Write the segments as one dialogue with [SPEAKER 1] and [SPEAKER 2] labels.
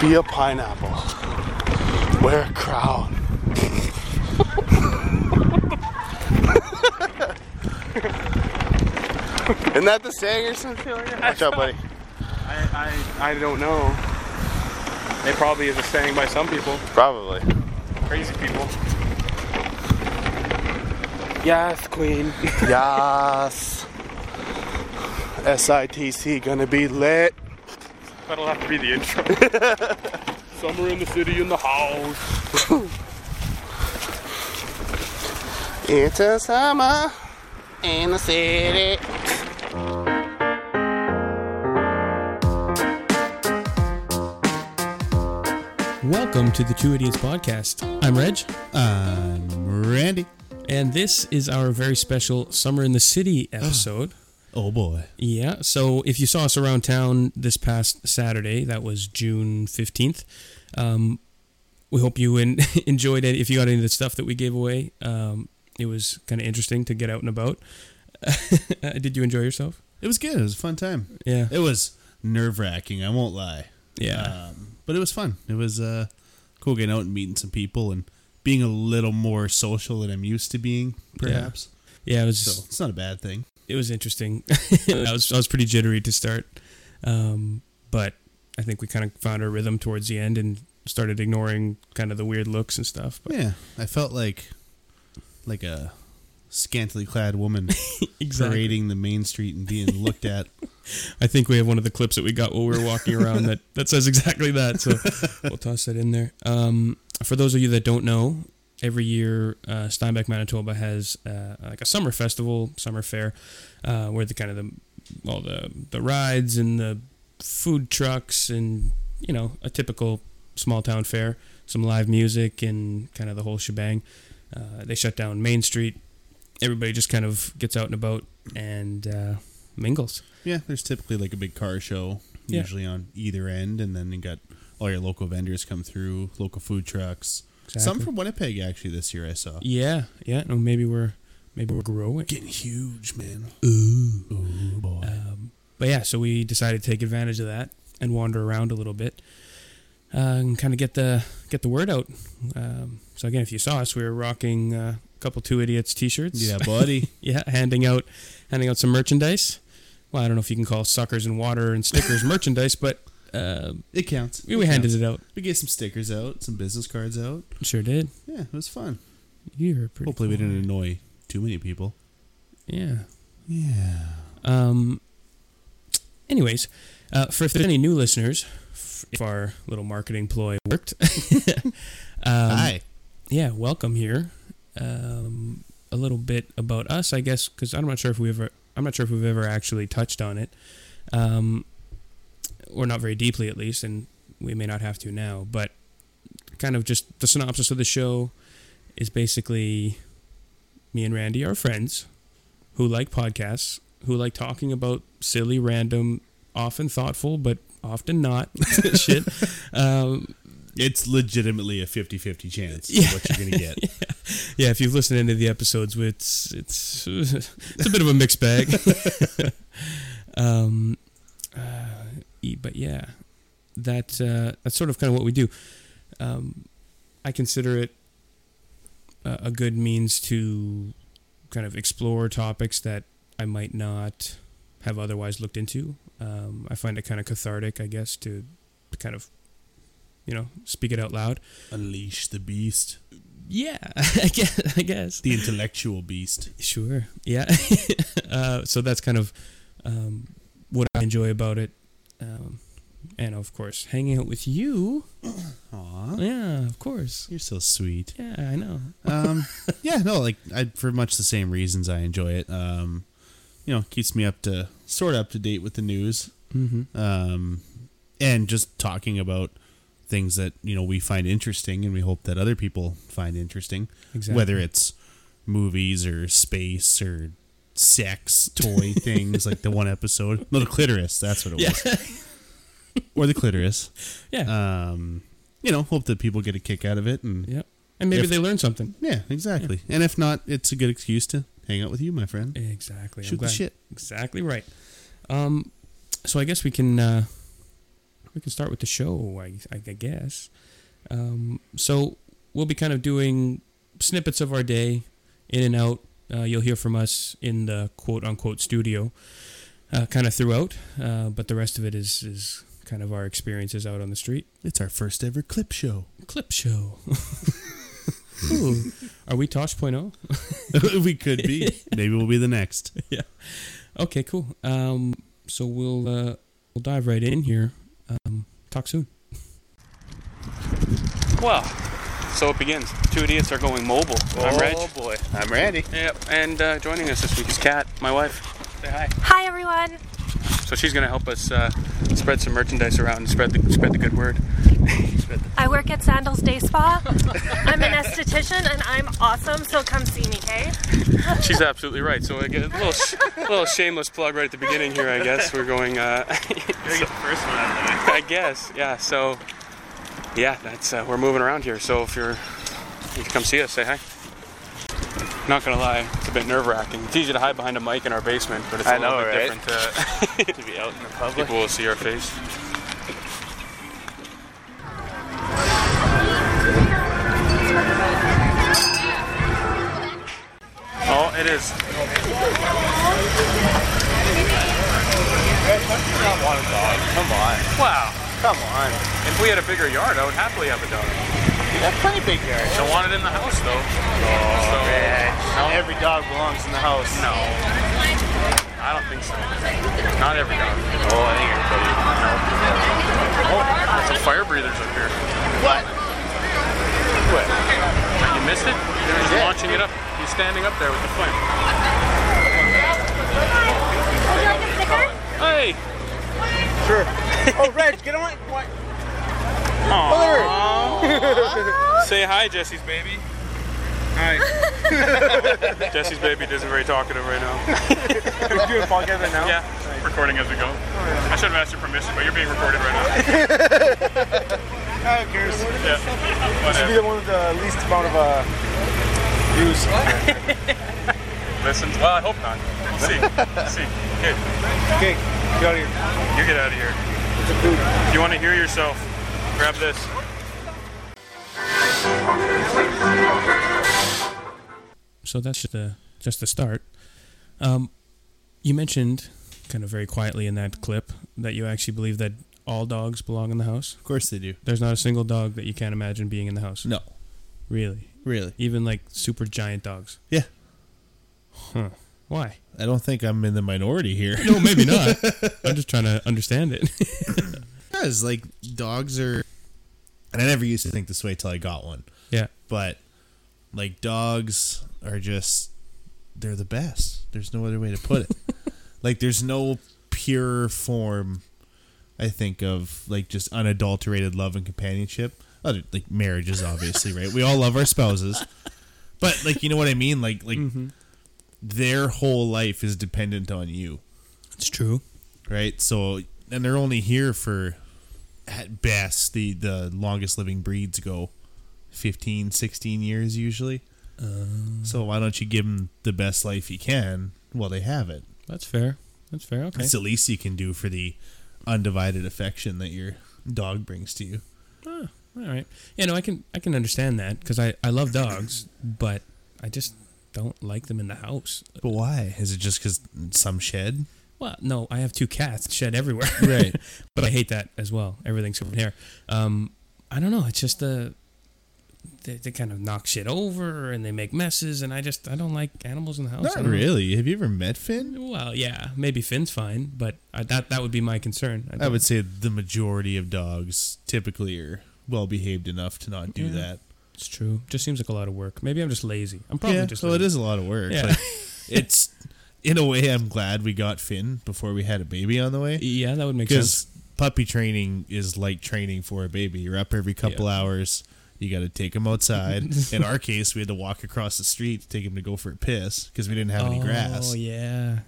[SPEAKER 1] be a pineapple. Wear a crown. Isn't that the saying or something like that? Watch out, buddy.
[SPEAKER 2] I, I, I don't know. It probably is a saying by some people,
[SPEAKER 1] Probably.
[SPEAKER 2] crazy people. Yes, queen.
[SPEAKER 1] Yas. SITC gonna be lit.
[SPEAKER 2] That'll have to be the intro. Summer in the city in the house.
[SPEAKER 1] It's a summer in the city.
[SPEAKER 3] Welcome to the Two Idiots Podcast. I'm Reg,
[SPEAKER 4] I'm Randy.
[SPEAKER 3] and this is our very special Summer in the City
[SPEAKER 4] Ah.
[SPEAKER 3] episode.
[SPEAKER 4] Oh boy.
[SPEAKER 3] yeah, so if you saw us around town this past Saturday, that was June 15th, um, we hope you en- enjoyed it. If you got any of the stuff that we gave away, um, it was kind of interesting to get out and about. Did you enjoy yourself?
[SPEAKER 4] It was good. It was a fun time.
[SPEAKER 3] Yeah.
[SPEAKER 4] It was nerve wracking, I won't lie.
[SPEAKER 3] Yeah.
[SPEAKER 4] Um, but it was fun. It was uh, cool getting out and meeting some people and being a little more social than I'm used to being, perhaps.
[SPEAKER 3] Yeah, it was
[SPEAKER 4] So it's not a bad thing.
[SPEAKER 3] it was interesting. I was I was pretty jittery to start, um, but I think we kind of found our rhythm towards the end and started ignoring kind of the weird looks and stuff. But
[SPEAKER 4] Yeah. I felt like like a scantily clad woman parading the main street and being looked at.
[SPEAKER 3] I think we have one of the clips that we got while we were walking around that that says exactly that. So we'll toss that in there. Um, for those of you that don't know, every year uh, Steinbeck, Manitoba has uh, like a summer festival, summer fair, uh, where the kind of the all the the rides and the food trucks and you know a typical small town fair, some live music and kind of the whole shebang. Uh, they shut down Main Street. Everybody just kind of gets out and about and uh, mingles.
[SPEAKER 4] Yeah, there's typically like a big car show,
[SPEAKER 3] Yeah.
[SPEAKER 4] usually on either end, and then you got all your local vendors come through, local food trucks. Some
[SPEAKER 3] Exactly.
[SPEAKER 4] from Winnipeg actually this year I saw.
[SPEAKER 3] Yeah, yeah. No, maybe we're maybe we're growing.
[SPEAKER 4] Getting huge, man. Uh,
[SPEAKER 3] But yeah, so we decided to take advantage of that and wander around a little bit uh, and kind of get the get the word out. Um, so again, if you saw us, we were rocking uh, a couple two idiots T-shirts.
[SPEAKER 4] Yeah, buddy.
[SPEAKER 3] yeah, handing out handing out some merchandise. Well, I don't know if you can call suckers and water and stickers merchandise, but uh,
[SPEAKER 4] it counts.
[SPEAKER 3] we, we
[SPEAKER 4] It
[SPEAKER 3] handed
[SPEAKER 4] counts.
[SPEAKER 3] it out.
[SPEAKER 4] We gave some stickers out, some business cards out.
[SPEAKER 3] Sure did.
[SPEAKER 4] Yeah, it was fun.
[SPEAKER 3] You were pretty.
[SPEAKER 4] Hopefully we didn't annoy too many people.
[SPEAKER 3] Yeah.
[SPEAKER 4] Yeah.
[SPEAKER 3] Um, anyways, uh, for if there's any new listeners, f- if our little marketing ploy worked, um,
[SPEAKER 4] Hi.
[SPEAKER 3] yeah, welcome here. Um, a little bit about us, I guess, because I'm not sure if we ever, I'm not sure if we've ever actually touched on it, um, or not very deeply at least, and we may not have to now. But kind of just the synopsis of the show is basically me and Randy are friends who like podcasts, who like talking about silly, random, often thoughtful, but often not shit. Um,
[SPEAKER 4] It's legitimately a 50-50 chance of
[SPEAKER 3] Yeah.
[SPEAKER 4] what you're going to get.
[SPEAKER 3] Yeah, if you've listened to any of the episodes, it's it's it's a bit of a mixed bag. um, uh, e- but yeah, that uh, that's sort of kind of what we do. Um, I consider it a, a good means to kind of explore topics that I might not have otherwise looked into. Um, I find it kind of cathartic, I guess, to kind of you know speak it out loud.
[SPEAKER 4] Unleash the beast.
[SPEAKER 3] Yeah, I guess. I guess.
[SPEAKER 4] The intellectual beast.
[SPEAKER 3] Sure. Yeah. uh, so that's kind of um, what I enjoy about it, um, and of course, hanging out with you.
[SPEAKER 4] Aw.
[SPEAKER 3] Yeah, of course.
[SPEAKER 4] You're so sweet.
[SPEAKER 3] Yeah, I know.
[SPEAKER 4] um, yeah, no, like I for much the same reasons I enjoy it. Um, you know, keeps me up to sort of up to date with the news,
[SPEAKER 3] Mm-hmm.
[SPEAKER 4] um, and just talking about things that you know we find interesting, and we hope that other people find interesting,
[SPEAKER 3] Exactly.
[SPEAKER 4] whether it's movies or space or sex toy things like the one episode no the clitoris that's what it was or the clitoris
[SPEAKER 3] Yeah.
[SPEAKER 4] um you know hope that people get a kick out of it and
[SPEAKER 3] yep. And maybe
[SPEAKER 4] if-
[SPEAKER 3] they learn something.
[SPEAKER 4] yeah, exactly. And if not, it's a good excuse to hang out with you, my friend.
[SPEAKER 3] Exactly. I'm
[SPEAKER 4] Shoot the
[SPEAKER 3] glad.
[SPEAKER 4] shit.
[SPEAKER 3] Exactly right. Um, so I guess we can uh, we can start with the show, I, I guess. Um, so we'll be kind of doing snippets of our day, in and out. Uh, you'll hear from us in the quote unquote studio, uh, kind of throughout. Uh, but the rest of it is is kind of our experiences out on the street.
[SPEAKER 4] It's our first ever clip show.
[SPEAKER 3] Clip show. Ooh. Are we oh? Tosh.0?
[SPEAKER 4] we could be. Maybe we'll be the next.
[SPEAKER 3] yeah. Okay, cool. Um, so we'll uh, we'll dive right in here. Um, talk soon.
[SPEAKER 2] Well, so it begins. Two idiots are going mobile. I'm Reg.
[SPEAKER 5] Oh boy. I'm Randy.
[SPEAKER 2] Yep. And uh, joining us this week is Kat, my wife. Say hi.
[SPEAKER 6] Hi, everyone.
[SPEAKER 2] So she's going to help us uh, spread some merchandise around and spread the spread the good word.
[SPEAKER 6] I work at Sandals Day Spa. I'm an esthetician and I'm awesome, so come see me, okay?
[SPEAKER 2] She's absolutely right. So I get a little, sh- little shameless plug right at the beginning here. I guess we're going. Uh,
[SPEAKER 5] You're the first one out of the way.
[SPEAKER 2] I guess. Yeah. So yeah, that's uh, we're moving around here. So if you're you can come see us, say hi. Not gonna lie, it's a bit nerve wracking. It's easy to hide behind a mic in our basement, but it's a
[SPEAKER 5] I
[SPEAKER 2] little
[SPEAKER 5] know,
[SPEAKER 2] bit
[SPEAKER 5] right?
[SPEAKER 2] different. Uh,
[SPEAKER 5] To be out in the public.
[SPEAKER 2] people will see our face. Oh, it is.
[SPEAKER 5] Not want a dog. Come on.
[SPEAKER 2] Wow.
[SPEAKER 5] Come on.
[SPEAKER 2] If we had a bigger yard, I would happily have a dog.
[SPEAKER 5] That's pretty big yard.
[SPEAKER 2] Don't want it in the house though.
[SPEAKER 5] Oh,
[SPEAKER 2] So-
[SPEAKER 5] Not every dog belongs in the house.
[SPEAKER 2] No. I don't think so. Not every dog.
[SPEAKER 5] Oh, I think everybody.
[SPEAKER 2] Oh, some fire breathers up here.
[SPEAKER 5] What? What?
[SPEAKER 2] You missed it? He's
[SPEAKER 5] did.
[SPEAKER 2] launching it up. He's standing up there with the flame. Hey!
[SPEAKER 5] Sure. oh, Reg, get on. What? Aww.
[SPEAKER 2] Say hi, Jesse's baby. Hi. Jesse's baby isn't very talkative right now.
[SPEAKER 5] We're doing podcast right now.
[SPEAKER 2] Yeah. Oh, Recording as we go. I should have asked your permission, but you're being recorded right
[SPEAKER 5] Yeah. Who cares?
[SPEAKER 2] now. Yeah. uh,
[SPEAKER 5] Be
[SPEAKER 2] Whatever.
[SPEAKER 5] the one with the least amount of uh, views.
[SPEAKER 2] Listen. Well, I hope not. We'll see. We'll see. Okay.
[SPEAKER 5] Okay, get out of here.
[SPEAKER 2] You get out of here.
[SPEAKER 5] It's a boot.
[SPEAKER 2] If you want to hear yourself, grab this.
[SPEAKER 3] So that's just the just the start. Um, you mentioned kind of very quietly in that clip that you actually believe that all dogs belong in the house.
[SPEAKER 4] Of course they do.
[SPEAKER 3] There's not a single dog that you can't imagine being in the house.
[SPEAKER 4] No,
[SPEAKER 3] Really.
[SPEAKER 4] really.
[SPEAKER 3] Even like super giant dogs.
[SPEAKER 4] Yeah,
[SPEAKER 3] Huh. Why?
[SPEAKER 4] I don't think I'm in the minority here.
[SPEAKER 3] No, maybe not. I'm just trying to understand it.
[SPEAKER 4] Because like dogs are, and I never used to think this way till I got one.
[SPEAKER 3] yeah.
[SPEAKER 4] But like dogs are just, they're the best. There's no other way to put it. like there's no pure form, I think of like just unadulterated love and companionship. Other like marriages, obviously, right? We all love our spouses, but like you know what I mean. Like like their whole life is dependent on you
[SPEAKER 3] It's true.
[SPEAKER 4] right? So, and they're only here for, at best, the the longest living breeds go 15, 16 years usually. Uh. so why don't you give them the best life you can while they have it?
[SPEAKER 3] That's fair. That's fair. Okay.
[SPEAKER 4] It's the least you can do for the undivided affection that your dog brings to you.
[SPEAKER 3] Ah, all right. Yeah, no, I can I can understand that because I I love dogs, but I just don't like them in the house.
[SPEAKER 4] But why? Is it just because some shed?
[SPEAKER 3] Well, no, I have two cats shed everywhere.
[SPEAKER 4] Right.
[SPEAKER 3] but I hate that as well. Everything's over here. Um, I don't know. It's just the they, they kind of knock shit over and they make messes, and I just I don't like animals in the house. I
[SPEAKER 4] Not
[SPEAKER 3] don't know.
[SPEAKER 4] really. Have you ever met Finn?
[SPEAKER 3] Well, yeah, maybe Finn's fine, but I, that that would be my concern.
[SPEAKER 4] I would say the majority of dogs typically are well behaved enough to not do
[SPEAKER 3] Yeah.
[SPEAKER 4] that.
[SPEAKER 3] It's true. Just seems like a lot of work. Maybe I'm just lazy. I'm probably
[SPEAKER 4] yeah,
[SPEAKER 3] just.
[SPEAKER 4] so it
[SPEAKER 3] lazy.
[SPEAKER 4] is a lot of work.
[SPEAKER 3] Yeah.
[SPEAKER 4] Like, it's in a way I'm glad we got Finn before we had a baby on the way
[SPEAKER 3] Yeah, that would make sense.
[SPEAKER 4] because puppy training is like training for a baby. You're up every couple hours. You got to take him outside. in our case, we had to walk across the street to take him to go for a piss because we didn't have any grass.
[SPEAKER 3] Oh yeah.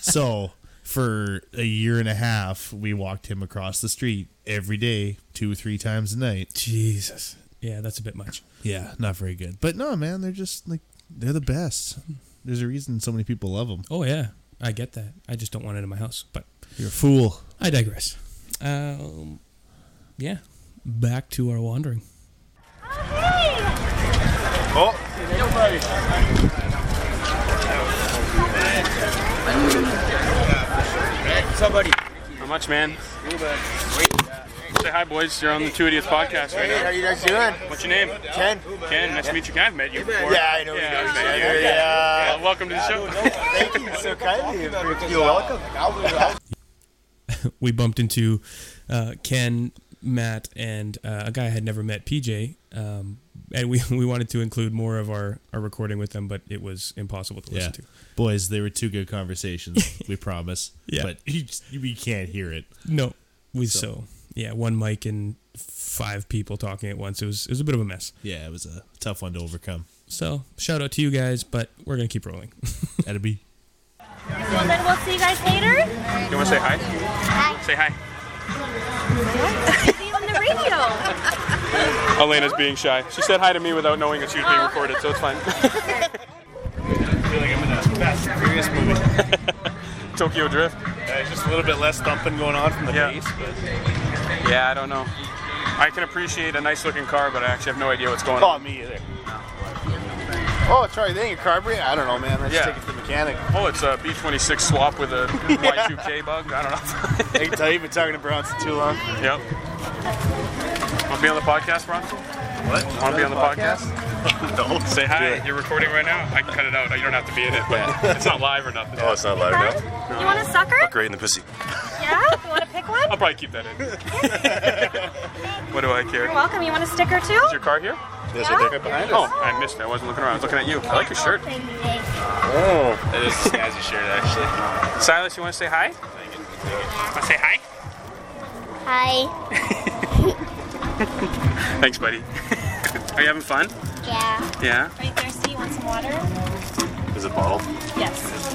[SPEAKER 4] So for a year and a half, we walked him across the street every day, two or three times a night.
[SPEAKER 3] Jesus. Yeah, that's a bit much.
[SPEAKER 4] Yeah, not very good. But no, man, they're just like they're the best. There's a reason so many people love them.
[SPEAKER 3] Oh yeah, I get that. I just don't want it in my house. But
[SPEAKER 4] You're a fool.
[SPEAKER 3] I digress. Um, yeah, back to our wandering.
[SPEAKER 5] Oh,
[SPEAKER 2] How much, man? Say hi, boys. You're on the 280th podcast right
[SPEAKER 1] Hey, how
[SPEAKER 2] now.
[SPEAKER 1] you guys doing?
[SPEAKER 2] What's your name?
[SPEAKER 1] Ken?
[SPEAKER 2] Ken. Nice to meet you. I've met you before.
[SPEAKER 1] Yeah, I know. we know
[SPEAKER 2] Yeah,
[SPEAKER 1] each
[SPEAKER 2] I've met you.
[SPEAKER 1] other, yeah.
[SPEAKER 2] Uh, welcome to the show.
[SPEAKER 1] Thank you so kindly. You're welcome.
[SPEAKER 3] we bumped into uh, Ken, Matt, and uh, a guy I had never met, PJ. Um, and we, we wanted to include more of our, our recording with them, but it was impossible to
[SPEAKER 4] Yeah.
[SPEAKER 3] listen to.
[SPEAKER 4] Boys, they were two good conversations, we promise.
[SPEAKER 3] Yeah.
[SPEAKER 4] But you, just, we can't hear it.
[SPEAKER 3] No, we so. yeah, one mic and five people talking at once. It was it was a bit of a mess.
[SPEAKER 4] Yeah, it was a tough one to overcome.
[SPEAKER 3] So shout out to you guys, but we're gonna keep rolling.
[SPEAKER 4] That'd be
[SPEAKER 6] So then we'll see you guys later.
[SPEAKER 2] You want to say hi? Hi. Say hi.
[SPEAKER 6] See you on the radio.
[SPEAKER 2] Elena's being shy. She said hi to me without knowing that she was being recorded, so it's fine.
[SPEAKER 7] feeling I'm in a Fast and Furious movie.
[SPEAKER 2] Tokyo Drift.
[SPEAKER 7] There's just a little bit less thumping going on from the
[SPEAKER 2] Yeah.
[SPEAKER 7] bass, but
[SPEAKER 2] Yeah, I don't know. I can appreciate a nice looking car, but I actually have no idea what's going
[SPEAKER 7] not
[SPEAKER 2] on.
[SPEAKER 7] me either.
[SPEAKER 1] Oh, it's right. Then your carburetor? I don't know, man. Let's
[SPEAKER 2] Yeah.
[SPEAKER 1] take it to the mechanic.
[SPEAKER 2] Oh, it's a B26 swap with a Y2K bug. I don't
[SPEAKER 1] I can tell you've been talking to Bronson too long.
[SPEAKER 2] know. yep. Want to be on the podcast, Ron?
[SPEAKER 7] What?
[SPEAKER 2] Want to be on the podcast?
[SPEAKER 7] No.
[SPEAKER 2] Say hi. You're recording right now. I can cut it out. You don't have to be in it, but it's not live or nothing.
[SPEAKER 8] Oh, it's not loud enough.
[SPEAKER 6] You want a sucker?
[SPEAKER 8] Great in the pussy.
[SPEAKER 6] Yeah? You want to pick one?
[SPEAKER 2] I'll probably keep that in. what do I care?
[SPEAKER 6] You're
[SPEAKER 2] Is
[SPEAKER 6] welcome. You want a sticker too?
[SPEAKER 2] your car here?
[SPEAKER 8] Yes,
[SPEAKER 6] Yeah?
[SPEAKER 8] I think I behind
[SPEAKER 2] Oh,
[SPEAKER 8] us.
[SPEAKER 2] I missed it. I wasn't looking around. I was looking at you. I like your shirt.
[SPEAKER 8] Oh.
[SPEAKER 7] That is a snazzy shirt, actually.
[SPEAKER 2] Silas, you want to say hi? Want to say hi?
[SPEAKER 9] Hi.
[SPEAKER 2] Thanks, buddy. Are you having fun?
[SPEAKER 9] Yeah.
[SPEAKER 2] Yeah.
[SPEAKER 6] Are you thirsty? You want some water?
[SPEAKER 8] Is it bottled?
[SPEAKER 6] Yes.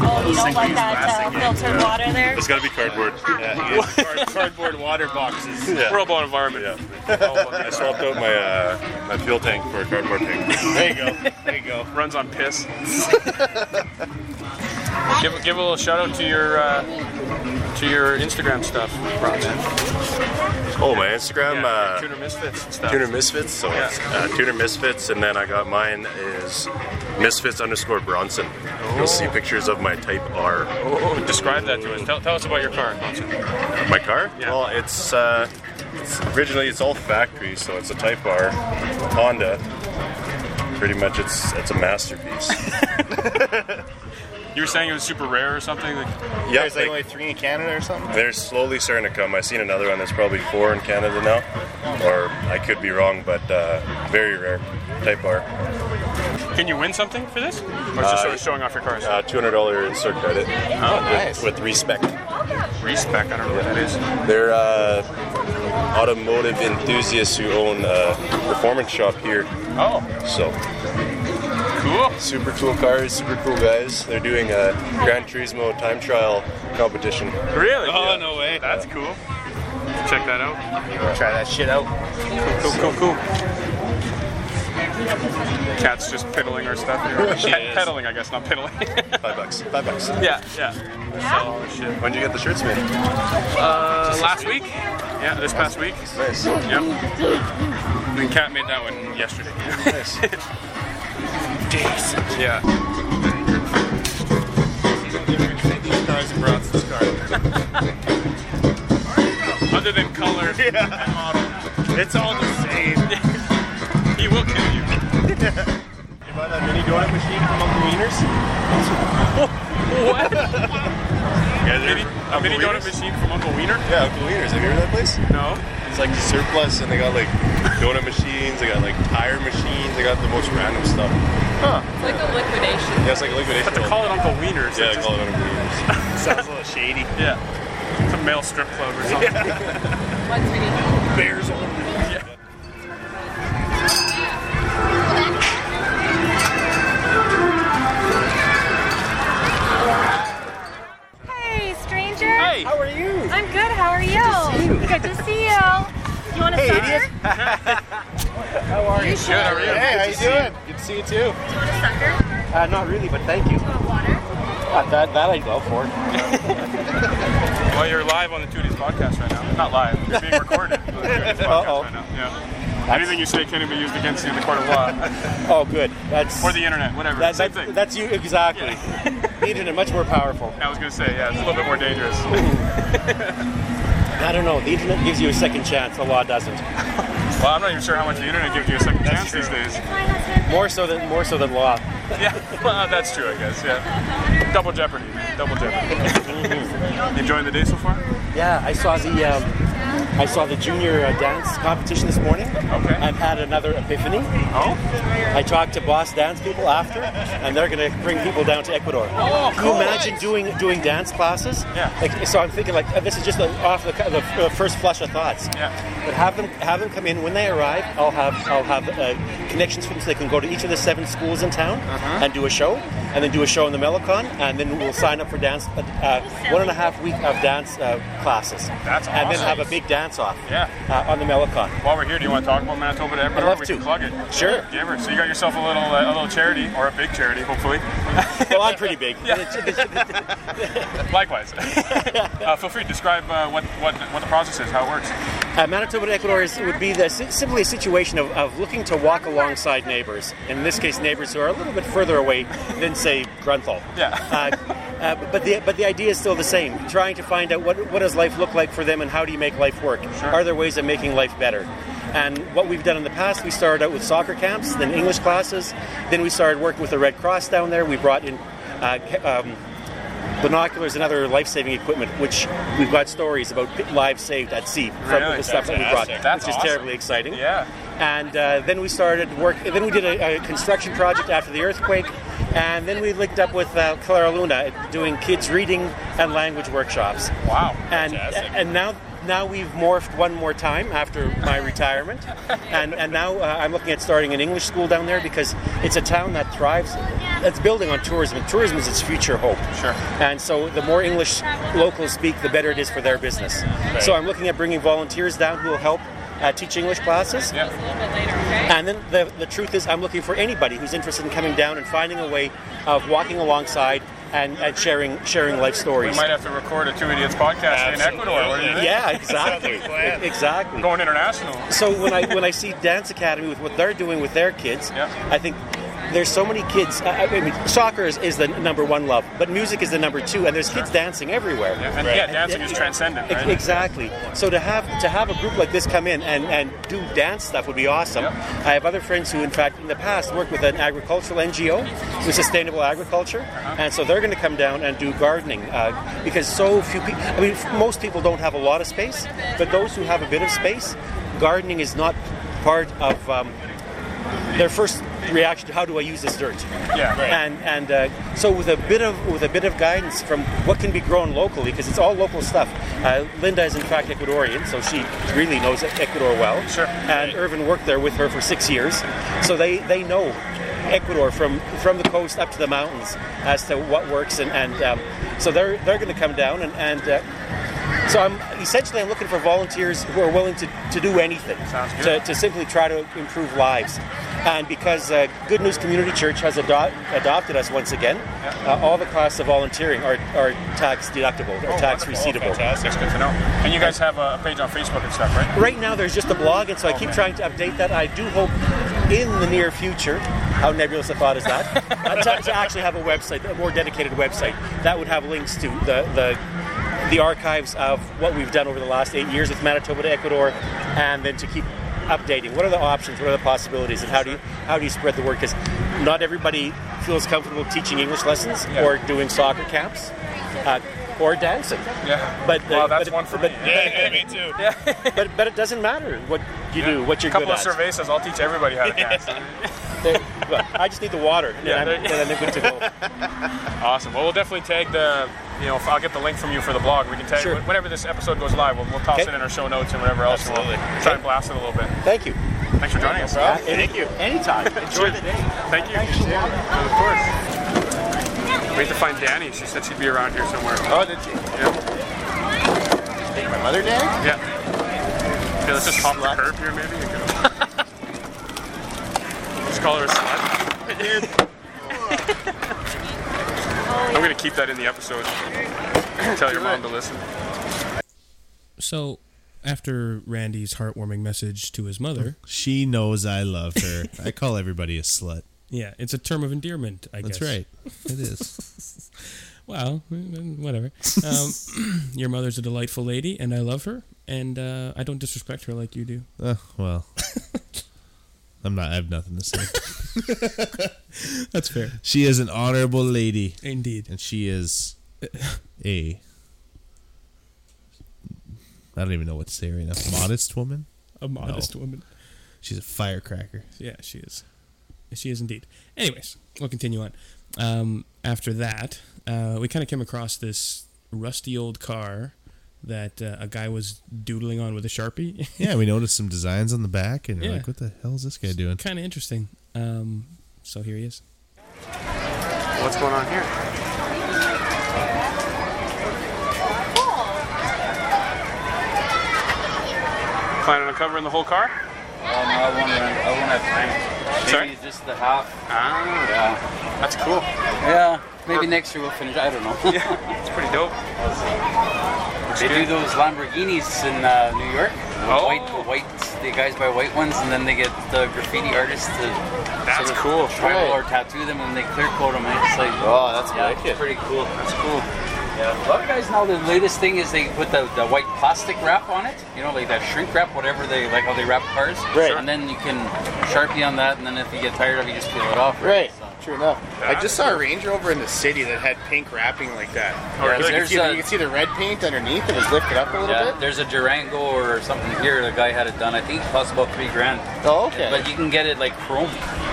[SPEAKER 6] Oh, you don't like that uh, filtered water there?
[SPEAKER 8] It's got to be cardboard. Yeah.
[SPEAKER 7] Card- cardboard water boxes.
[SPEAKER 8] yeah.
[SPEAKER 2] We're all about environment.
[SPEAKER 8] I swapped out my uh, my fuel tank for a cardboard tank.
[SPEAKER 7] There you go. There you go.
[SPEAKER 2] Runs on piss. give, give a little shout out to your uh, to your Instagram stuff, Ron. man.
[SPEAKER 8] Oh, my Instagram.
[SPEAKER 2] Yeah,
[SPEAKER 8] uh,
[SPEAKER 2] Tuner Misfits and stuff.
[SPEAKER 8] Tuner Misfits, so
[SPEAKER 2] Yeah.
[SPEAKER 8] it's uh, Tuner Misfits, and then I got mine is Misfits underscore Bronson. You'll see
[SPEAKER 7] Oh.
[SPEAKER 8] pictures of my Type R.
[SPEAKER 2] Oh, describe that to us. Tell, tell us about your car, Ron.
[SPEAKER 8] My car?
[SPEAKER 2] Yeah.
[SPEAKER 8] Well, it's, uh, it's originally it's all factory, so it's a Type R Honda. Pretty much, it's it's a masterpiece.
[SPEAKER 2] You were saying it was super rare or something. Like,
[SPEAKER 8] yeah,
[SPEAKER 1] There's like only three in Canada or something.
[SPEAKER 8] They're slowly starting to come. I've seen another one that's probably four in Canada now, or I could be wrong, but uh, very rare. Type R.
[SPEAKER 2] can you win something for this? Or is this sort of showing off your cars?
[SPEAKER 8] Uh, $200 insert credit. Oh,
[SPEAKER 1] nice.
[SPEAKER 8] With respect.
[SPEAKER 2] Respec. I don't know what that is.
[SPEAKER 8] They're uh, automotive enthusiasts who own a performance shop here.
[SPEAKER 2] Oh,
[SPEAKER 8] So,
[SPEAKER 2] cool.
[SPEAKER 8] super cool cars, super cool guys. They're doing a Gran Turismo time trial competition.
[SPEAKER 2] Really?
[SPEAKER 7] Oh, no way.
[SPEAKER 2] That's cool. Check that out.
[SPEAKER 1] Try that shit out.
[SPEAKER 2] Cool, cool, cool. Cat's just piddling our stuff here. Pet-
[SPEAKER 7] is.
[SPEAKER 2] peddling, I guess, not piddling.
[SPEAKER 8] Five bucks. Five bucks.
[SPEAKER 2] yeah, yeah.
[SPEAKER 6] Yeah?
[SPEAKER 8] When did you get the shirts made?
[SPEAKER 2] Uh, last week? Yeah, this past week.
[SPEAKER 8] Nice.
[SPEAKER 2] Yep. And Cat made that one yesterday.
[SPEAKER 8] nice.
[SPEAKER 2] Yeah.
[SPEAKER 7] Cars and Bronson's car.
[SPEAKER 2] Other than color,
[SPEAKER 7] It's all the same.
[SPEAKER 2] he will kill you.
[SPEAKER 1] You buy that mini donut machine from Uncle Wieners?
[SPEAKER 2] Mini, a mini donut machine from Uncle Wiener?
[SPEAKER 8] Yeah, Uncle Wieners. Have you heard of that place?
[SPEAKER 2] No.
[SPEAKER 8] It's like surplus, and they got like donut machines, they got like tire machines, they got the most random stuff. Huh? It's like a liquidation. Yeah, it's like a liquidation.
[SPEAKER 2] But to call it Uncle Wiener's,
[SPEAKER 8] yeah, they
[SPEAKER 2] that's just-
[SPEAKER 8] call it Uncle Wieners.
[SPEAKER 7] Sounds a little shady.
[SPEAKER 2] yeah. It's a male strip club or something.
[SPEAKER 7] Bears on.
[SPEAKER 6] Hey, stranger.
[SPEAKER 2] Hey.
[SPEAKER 6] How are you? I'm good. How are you? Good to see you. You want a
[SPEAKER 1] Hey,
[SPEAKER 6] sucker?
[SPEAKER 1] idiot.
[SPEAKER 5] how are you?
[SPEAKER 2] Good, how are you?
[SPEAKER 1] Hey, how you doing?
[SPEAKER 5] Good to see you too.
[SPEAKER 6] Do you want a sucker?
[SPEAKER 5] Uh, not really, but thank you.
[SPEAKER 6] Do you want water?
[SPEAKER 5] Uh, that, that I'd go for.
[SPEAKER 2] Well, you're live on the Tooties podcast right now. Not live. You're being recorded on the Tooties podcast
[SPEAKER 7] Uh-oh.
[SPEAKER 2] right now. Yeah. Anything you say can be used against you in the court of law.
[SPEAKER 7] Oh, good. That's
[SPEAKER 2] or the internet, whatever.
[SPEAKER 7] That,
[SPEAKER 2] Same
[SPEAKER 7] that,
[SPEAKER 2] thing.
[SPEAKER 7] That's you exactly. The internet much more powerful.
[SPEAKER 2] I was gonna say, yeah, it's a little bit more dangerous.
[SPEAKER 7] I don't know. The internet gives you a second chance. The law doesn't.
[SPEAKER 2] Well, I'm not even sure how much the internet gives you a second chance these days.
[SPEAKER 7] More so than more so than law.
[SPEAKER 2] Yeah, well, that's true, I guess. Yeah, double jeopardy, double jeopardy. you enjoying the day so far?
[SPEAKER 7] Yeah, I saw the um, I saw the junior uh, dance competition this morning. Okay. I've had another epiphany.
[SPEAKER 2] Oh.
[SPEAKER 7] I talked to boss dance people after, and they're going to bring people down to Ecuador.
[SPEAKER 5] Oh,
[SPEAKER 7] Can
[SPEAKER 5] cool.
[SPEAKER 7] you imagine doing doing dance classes? Yeah. Like, so I'm thinking like uh, this is just the, off the, cu- the uh, first flush of thoughts.
[SPEAKER 2] Yeah.
[SPEAKER 7] But have them have them come in when they arrive. I'll have I'll have uh, connections from so they can go to each of the seven schools in town
[SPEAKER 5] Uh-huh.
[SPEAKER 7] and do a show, and then do a show in the Melicon, and then we'll sign up for dance uh, uh, one and a half week of dance uh, classes. That's And then have
[SPEAKER 2] awesome.
[SPEAKER 7] a big dance off.
[SPEAKER 2] Yeah.
[SPEAKER 7] Uh, on the Melicon.
[SPEAKER 2] While we're here, do you want to talk about Manitoba to Ecuador?
[SPEAKER 7] love
[SPEAKER 2] we
[SPEAKER 7] to.
[SPEAKER 2] can plug it.
[SPEAKER 7] Sure.
[SPEAKER 2] Yeah, we're- so you got yourself a little uh, a little charity or a big charity, hopefully.
[SPEAKER 7] well, I'm pretty big.
[SPEAKER 2] Likewise. uh, feel free to describe uh, what, what what the process is, how it works.
[SPEAKER 7] Uh, Manitoba and Ecuador is, would be the, si- simply a situation of, of looking to walk alongside neighbors. In this case, neighbors who are a little bit further away than, say, Grunthal.
[SPEAKER 2] Yeah.
[SPEAKER 7] Uh, uh, but the but the idea is still the same. Trying to find out what what does life look like for them, and how do you make life work? Are there ways of making life better? And what we've done in the past, we started out with soccer camps, then English classes, then we started working with the Red Cross down there. We brought in. Uh, ca- um, binoculars and other life-saving equipment, which we've got stories about p- lives saved at sea from
[SPEAKER 2] Really?
[SPEAKER 7] the stuff that we brought,
[SPEAKER 2] Fantastic. That's
[SPEAKER 7] which is
[SPEAKER 2] awesome.
[SPEAKER 7] terribly exciting.
[SPEAKER 2] Yeah.
[SPEAKER 7] And uh, then we started work. Then we did a, a construction project after the earthquake, and then we linked up with uh, Clara Luna doing kids reading and language workshops.
[SPEAKER 2] Wow.
[SPEAKER 7] And and now. Now we've morphed one more time after my retirement, and and now uh, I'm looking at starting an English school down there because it's a town that thrives, that's building on tourism. and Tourism is its future hope. Sure. And so the more English locals speak, the better it is for their business.
[SPEAKER 5] Right.
[SPEAKER 7] So I'm looking at bringing volunteers down who will help uh, teach English classes. And then the, the truth is, I'm looking for anybody who's interested in coming down and finding a way of walking alongside and, and sharing sharing life stories.
[SPEAKER 2] We might have to record a Two Idiots podcast in Ecuador. What do you think?
[SPEAKER 7] Yeah, exactly. exactly.
[SPEAKER 2] Going international.
[SPEAKER 7] So when I when I see Dance Academy with what they're doing with their kids, I think there's so many kids. I, I mean, soccer is, is the number one love, but music is the number two, and there's kids dancing everywhere.
[SPEAKER 2] And yeah, dancing is transcendent, right?
[SPEAKER 7] Ex- Exactly. So to have to have a group like this come in and, and do dance stuff would be awesome. I have other friends who, in fact, in the past worked with an agricultural NGO with sustainable agriculture,
[SPEAKER 2] Uh-huh.
[SPEAKER 7] and so they're going to come down and do gardening uh, because so few people. I mean, f- most people don't have a lot of space, but those who have a bit of space, gardening is not part of. Um, their first reaction to how do I use this dirt?
[SPEAKER 2] Yeah, right.
[SPEAKER 7] And and uh, so with a bit of with a bit of guidance from what can be grown locally, because it's all local stuff. Uh, Linda is in fact Ecuadorian, so she really knows Ecuador well. Sure. And Irvin worked there with her for six years, so they they know Ecuador from from the coast up to the mountains as to what works, and and um, so they're they're going to come down and and. Uh, so I'm essentially I'm looking for volunteers who are willing to, to do anything. To, to simply try to improve lives. And because uh, Good News Community Church has ado- adopted us once again, uh, all the costs of volunteering are, are tax deductible or tax receivable.
[SPEAKER 2] Oh, That's good to know. And you guys have a a page on Facebook and stuff, right?
[SPEAKER 7] Right now, there's just a blog, and so I keep
[SPEAKER 2] Okay.
[SPEAKER 7] trying to update that. I do hope in the near future, how nebulous a thought is that, uh, to, to actually have a website, a more dedicated website that would have links to the the the archives of what we've done over the last eight years with Manitoba to Ecuador, and then to keep updating. What are the options? What are the possibilities? And how do you how do you spread the word? Because not everybody feels comfortable teaching English lessons
[SPEAKER 2] Yeah.
[SPEAKER 7] or doing soccer camps. Uh, or dancing,
[SPEAKER 2] yeah.
[SPEAKER 7] But
[SPEAKER 2] Well,
[SPEAKER 7] uh,
[SPEAKER 2] that's
[SPEAKER 7] but-
[SPEAKER 2] one for
[SPEAKER 7] but-
[SPEAKER 2] me.
[SPEAKER 7] but-
[SPEAKER 2] too.
[SPEAKER 7] but but it doesn't matter what you do, what you're
[SPEAKER 2] couple
[SPEAKER 7] good
[SPEAKER 2] of
[SPEAKER 7] at.
[SPEAKER 2] cervezas, I'll teach everybody how to dance.
[SPEAKER 7] There- look, I just need the water, and
[SPEAKER 2] Yeah,
[SPEAKER 7] then I'm,
[SPEAKER 2] there-
[SPEAKER 7] then I'm good to go.
[SPEAKER 2] awesome. Well, we'll definitely tag the, you know, I'll get the link from you for the blog. We can tag
[SPEAKER 7] Sure.
[SPEAKER 2] it whenever this episode goes live. We'll, we'll toss
[SPEAKER 7] Okay.
[SPEAKER 2] it in our show notes and whatever else. and We'll try and blast it a little bit.
[SPEAKER 7] Thank you.
[SPEAKER 2] Thanks for joining us.
[SPEAKER 7] Yeah, Thank you. Anytime. Enjoy the day.
[SPEAKER 2] Thank you. Of course. We have to find Danny. She said she'd be around here somewhere. Oh, did she? Yeah.
[SPEAKER 8] My mother dad?
[SPEAKER 2] Yeah. Okay, let's just hop the curb here, maybe. and go- Just call her a slut. I'm gonna keep that in the episode. Tell your mom to listen.
[SPEAKER 3] So, after Randy's heartwarming message to his mother,
[SPEAKER 4] She knows I love her. I call everybody a slut.
[SPEAKER 3] yeah, it's a term of endearment. I
[SPEAKER 4] That's
[SPEAKER 3] guess
[SPEAKER 4] right. It is.
[SPEAKER 3] Wow, whatever. Um, your mother's a delightful lady, and I love her, and uh, I don't disrespect her like you do.
[SPEAKER 4] Uh, well, I'm not. I have nothing to say.
[SPEAKER 3] That's fair.
[SPEAKER 4] She is an honorable lady,
[SPEAKER 3] Indeed.
[SPEAKER 4] and she is a. I don't even know what to say right now. Modest woman.
[SPEAKER 3] A modest woman.
[SPEAKER 4] She's a firecracker.
[SPEAKER 3] Yeah, she is. She is indeed. Anyways, we'll continue on. Um, after that, uh, we kind of came across this rusty old car that uh, a guy was doodling on with a sharpie.
[SPEAKER 4] Yeah, we noticed some designs on the back, and we're
[SPEAKER 3] Yeah.
[SPEAKER 4] like, "What the hell is this guy doing?"
[SPEAKER 3] kind of interesting. Um, so here he is.
[SPEAKER 2] What's going on here? Planning on covering the whole car?
[SPEAKER 10] Well, no, I want to, I want to think.
[SPEAKER 2] Sorry?
[SPEAKER 10] Maybe just the half.
[SPEAKER 2] Ah,
[SPEAKER 10] Yeah.
[SPEAKER 2] that's cool.
[SPEAKER 10] Yeah. Maybe next year we'll finish. I don't know.
[SPEAKER 2] Yeah, it's pretty dope.
[SPEAKER 10] they do those Lamborghinis in uh, New York. The
[SPEAKER 2] Oh.
[SPEAKER 10] White, the white, the guys buy white ones, and then they get the graffiti artists to.
[SPEAKER 2] That's
[SPEAKER 10] sort of
[SPEAKER 2] cool.
[SPEAKER 10] Tribal or tattoo them, and they clear coat them. And it's like, oh, that's yeah, it's pretty cool. That's cool. Yeah. A lot of guys now, the latest thing is they put the, the white plastic wrap on it, you know, like that shrink wrap, whatever they like how they wrap cars.
[SPEAKER 11] Right.
[SPEAKER 10] And then you can sharpie on that, and then if you get tired of it, you just peel it off.
[SPEAKER 11] Right. True enough. I
[SPEAKER 10] That's
[SPEAKER 11] just saw a
[SPEAKER 10] cool.
[SPEAKER 11] Range Rover in the city that had pink wrapping like that.
[SPEAKER 10] Oh,
[SPEAKER 11] Yeah,
[SPEAKER 10] really?
[SPEAKER 11] so you, can
[SPEAKER 10] There's
[SPEAKER 11] see, the-
[SPEAKER 10] a-
[SPEAKER 11] you can see the red paint underneath. It was lifted up a little
[SPEAKER 10] Yeah,
[SPEAKER 11] bit.
[SPEAKER 10] there's a Durango or something here. The guy had it done. I think it cost about three grand.
[SPEAKER 11] Oh, okay.
[SPEAKER 10] But you can get it like chrome.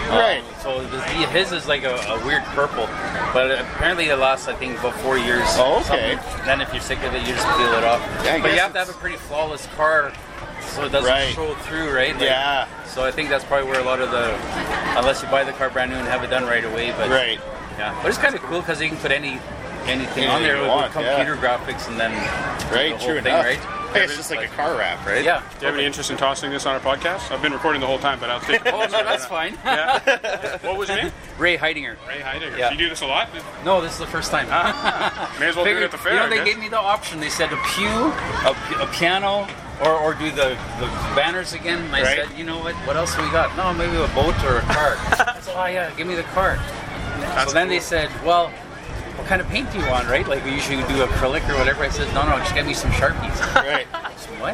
[SPEAKER 11] Right.
[SPEAKER 10] Um, so the, the- his is like a, a weird purple, but apparently it lasts I think about four years. or
[SPEAKER 11] Oh, okay.
[SPEAKER 10] something. Then if you're sick of it, you just peel it off.
[SPEAKER 11] Yeah, I
[SPEAKER 10] but you
[SPEAKER 11] guess
[SPEAKER 10] have to have a pretty flawless car, so it doesn't
[SPEAKER 11] Right.
[SPEAKER 10] show through, right?
[SPEAKER 11] Yeah.
[SPEAKER 10] So I think that's probably where a lot of the, unless you buy the car brand new and have it done right away, but
[SPEAKER 11] Right.
[SPEAKER 10] Yeah, but it's kind of cool because you can put any anything
[SPEAKER 11] Anything
[SPEAKER 10] on there
[SPEAKER 11] you
[SPEAKER 10] with,
[SPEAKER 11] want,
[SPEAKER 10] with
[SPEAKER 11] yeah.
[SPEAKER 10] computer graphics and then
[SPEAKER 11] Right,
[SPEAKER 10] the whole
[SPEAKER 11] true
[SPEAKER 10] thing,
[SPEAKER 11] enough.
[SPEAKER 10] right?
[SPEAKER 11] I guess it's just like a car wrap, right?
[SPEAKER 10] Yeah.
[SPEAKER 2] Do you have any interest in tossing this on our podcast? I've been recording the whole time, but I'll take it.
[SPEAKER 10] Oh no, that's fine.
[SPEAKER 2] What was your name?
[SPEAKER 10] Ray Heidinger.
[SPEAKER 2] Ray Heidinger.
[SPEAKER 10] Yeah.
[SPEAKER 2] You do this a lot?
[SPEAKER 10] No, this is the first time.
[SPEAKER 2] May as well do it
[SPEAKER 10] Figured-
[SPEAKER 2] at the fair.
[SPEAKER 10] You
[SPEAKER 2] I
[SPEAKER 10] know, they
[SPEAKER 2] guess.
[SPEAKER 10] gave me the option. They said a pew, a, a piano, or, or do the, the banners again. And I
[SPEAKER 2] Right.
[SPEAKER 10] said, you know what? What else we got? No, maybe a boat or a car. I said, oh yeah, give me the car. so then they said, well. What kind of paint do you want, right? Like we usually do acrylic or whatever. I said, no, no, just get me some sharpies.
[SPEAKER 11] Right.
[SPEAKER 10] Some what?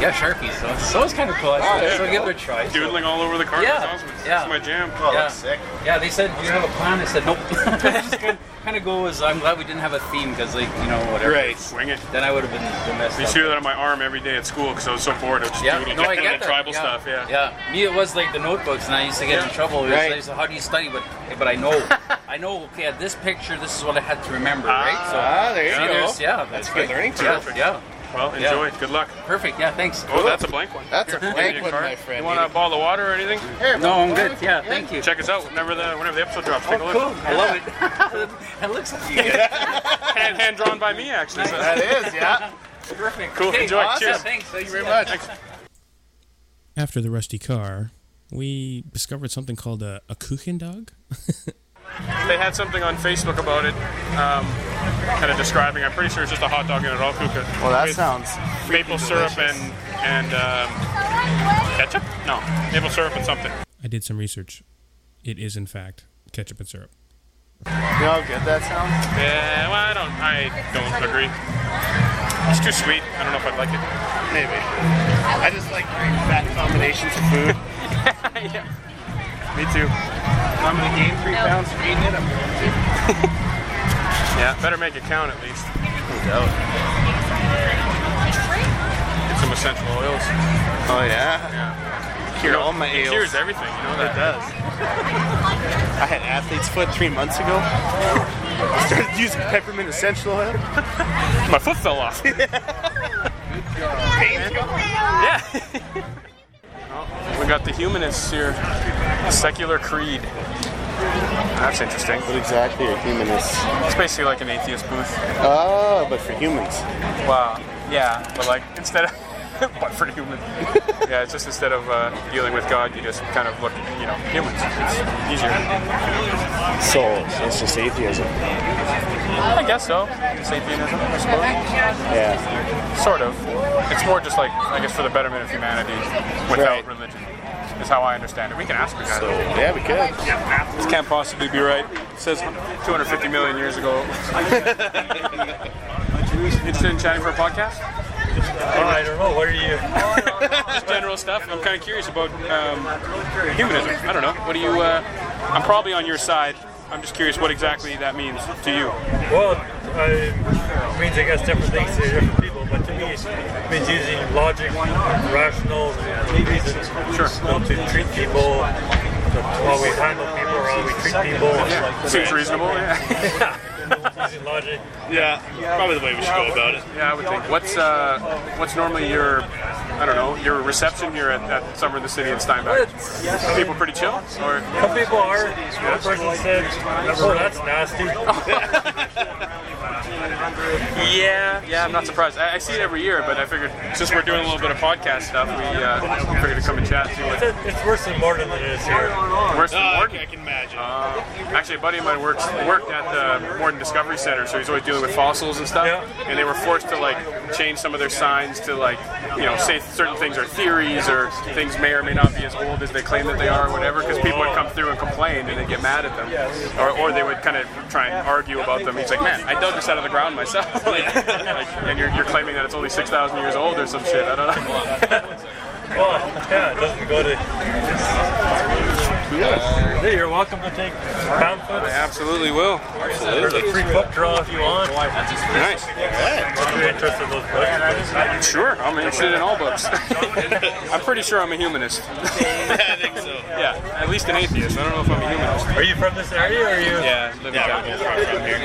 [SPEAKER 10] Yeah, sharpies. So, so it's kind of cool. I
[SPEAKER 2] Wow,
[SPEAKER 10] said,
[SPEAKER 2] yeah.
[SPEAKER 10] so give it a try. So-
[SPEAKER 2] Doodling all over the car.
[SPEAKER 10] Yeah,
[SPEAKER 2] That's awesome. It's-
[SPEAKER 10] yeah.
[SPEAKER 2] That's my jam.
[SPEAKER 10] yeah. Yeah, they said, do you have a plan? I said, nope. just kind, kind of go as, I'm glad we didn't have a theme because, like, you know, whatever.
[SPEAKER 2] Right. Swing it.
[SPEAKER 10] Then I would have been the messed
[SPEAKER 2] I used
[SPEAKER 10] up.
[SPEAKER 2] to do that on my arm every day at school because I was so bored. I would just
[SPEAKER 10] Yeah,
[SPEAKER 2] doodle
[SPEAKER 10] no, I
[SPEAKER 2] just
[SPEAKER 10] get that.
[SPEAKER 2] tribal
[SPEAKER 10] yeah.
[SPEAKER 2] stuff. Yeah.
[SPEAKER 10] yeah. Me, it was like the notebooks, and I used to get in
[SPEAKER 2] Yeah.
[SPEAKER 10] trouble. It was-
[SPEAKER 2] Right.
[SPEAKER 10] I used to, how do you study? But but I know, I know. Okay, at this picture, this is what I had to remember, right?
[SPEAKER 11] Ah, there you
[SPEAKER 10] so
[SPEAKER 11] go.
[SPEAKER 10] there's- Yeah,
[SPEAKER 11] That's
[SPEAKER 10] that's
[SPEAKER 11] good
[SPEAKER 10] great.
[SPEAKER 11] learning
[SPEAKER 10] Yeah,
[SPEAKER 11] too.
[SPEAKER 10] yeah.
[SPEAKER 2] Well,
[SPEAKER 10] Yeah.
[SPEAKER 2] enjoy. Good luck.
[SPEAKER 10] Perfect. Yeah, thanks.
[SPEAKER 2] Oh, that's a blank one.
[SPEAKER 11] That's a
[SPEAKER 2] Here,
[SPEAKER 11] blank
[SPEAKER 2] give me your
[SPEAKER 11] one,
[SPEAKER 2] card.
[SPEAKER 11] my friend.
[SPEAKER 2] You want a bottle of water or anything?
[SPEAKER 11] Here,
[SPEAKER 10] No, I'm
[SPEAKER 11] boy.
[SPEAKER 10] good. Yeah, thank you.
[SPEAKER 2] Check us out whenever the whenever the episode drops. Take a
[SPEAKER 10] Oh,
[SPEAKER 2] look.
[SPEAKER 10] cool. I love it. it looks like you.
[SPEAKER 2] Hand, hand drawn by me actually. so-
[SPEAKER 11] That is, yeah.
[SPEAKER 10] Perfect.
[SPEAKER 2] Cool.
[SPEAKER 10] Okay,
[SPEAKER 2] Enjoy.
[SPEAKER 10] awesome.
[SPEAKER 2] Cheers.
[SPEAKER 10] Thanks.
[SPEAKER 11] Thank you very much.
[SPEAKER 3] After the rusty car, we discovered something called a, a Kuchen dog.
[SPEAKER 2] They had something on Facebook about it, um, kind of describing. I'm pretty sure it's just a hot dog in it, all kuka.
[SPEAKER 11] Well, that
[SPEAKER 2] With
[SPEAKER 11] sounds
[SPEAKER 2] maple
[SPEAKER 11] freaking
[SPEAKER 2] syrup
[SPEAKER 11] delicious.
[SPEAKER 2] and and um, ketchup. No, maple syrup and something.
[SPEAKER 3] I did some research. It is in fact ketchup and syrup.
[SPEAKER 11] You know how good that sounds?
[SPEAKER 2] Yeah, well, I don't. I don't agree. It's too sweet. I don't know if I'd like it.
[SPEAKER 11] Maybe. I just like great fat combinations of food.
[SPEAKER 2] Me too.
[SPEAKER 10] I'm gonna gain three pounds for eating it. I'm
[SPEAKER 2] Yeah. Better make it count at least. Get some essential oils.
[SPEAKER 11] Oh yeah. Cure all my
[SPEAKER 2] It
[SPEAKER 11] ails.
[SPEAKER 2] cures everything. You know
[SPEAKER 11] It
[SPEAKER 2] that.
[SPEAKER 11] does. I had athlete's foot three months ago. Started using peppermint essential oil.
[SPEAKER 2] My foot fell off.
[SPEAKER 11] Pain's gone.
[SPEAKER 2] Yeah. we got the humanists here. Secular creed. That's interesting.
[SPEAKER 11] What exactly are humanists?
[SPEAKER 2] It's basically like an atheist booth.
[SPEAKER 11] Oh, but for humans.
[SPEAKER 2] Wow. Yeah, but like instead of but for human. yeah, it's just instead of uh, dealing with God, you just kind of look, at, you know, humans. It's easier.
[SPEAKER 11] So it's just atheism.
[SPEAKER 2] I guess so. Just atheism, I suppose.
[SPEAKER 11] Yeah.
[SPEAKER 2] Sort of. It's more just like, I guess, for the betterment of humanity without religion, is how I understand it. We can ask for that.
[SPEAKER 11] yeah, we could.
[SPEAKER 2] This can't possibly be right. It says 250 million years ago. Interested in chatting for a podcast?
[SPEAKER 5] Oh, I don't know. What are you?
[SPEAKER 2] Just general stuff. I'm kind of curious about um, humanism. I don't know. What do you? Uh, I'm probably on your side. I'm just curious what exactly that means to you.
[SPEAKER 5] Well, I, it means I guess different things to different people, but to me, it means using logic, rational reason to treat people, to how we handle people, or how we treat people.
[SPEAKER 2] Yeah. Seems reasonable,
[SPEAKER 5] Yeah. using logic.
[SPEAKER 2] Yeah,
[SPEAKER 5] probably the way we should go about it.
[SPEAKER 2] Yeah, I would think. What's uh, what's normally your, I don't know, your reception here at, at Summer in the City in Steinbach? People pretty chill, or
[SPEAKER 5] Some people are. One person said, "Oh, that's nasty."
[SPEAKER 2] Yeah, yeah, I'm not surprised. I, I see it every year, but I figured since we're doing a little bit of podcast stuff, we uh, figured to come and chat. See what,
[SPEAKER 5] It's, it's worse than Morton than it is here.
[SPEAKER 2] Worse than Morton? Uh, I can imagine. actually, a buddy of mine works worked at the Morton Discovery Center, so he's always dealing with fossils and stuff. And they were forced to like change some of their signs to like you know say certain things are theories or things may or may not be as old as they claim that they are, or whatever. Because people would come through and complain, and they'd get mad at them, or, or they would kind of try and argue about them. He's like, man, I dug this out of the ground myself, like, like, and you're, you're claiming that it's only six thousand years old or some shit. I don't know.
[SPEAKER 5] Well, yeah, it doesn't go to. Hey, you're welcome to take pamphlets.
[SPEAKER 2] I absolutely will.
[SPEAKER 5] There's a free book draw if you want.
[SPEAKER 2] Nice.
[SPEAKER 5] If you're interested in those books.
[SPEAKER 2] Sure, I'm interested in all books. I'm pretty sure I'm a humanist. I think so. Yeah, at least an atheist. I don't know if I'm a humanist.
[SPEAKER 5] Are you from this area? Or are you?
[SPEAKER 2] Yeah, living yeah, from here.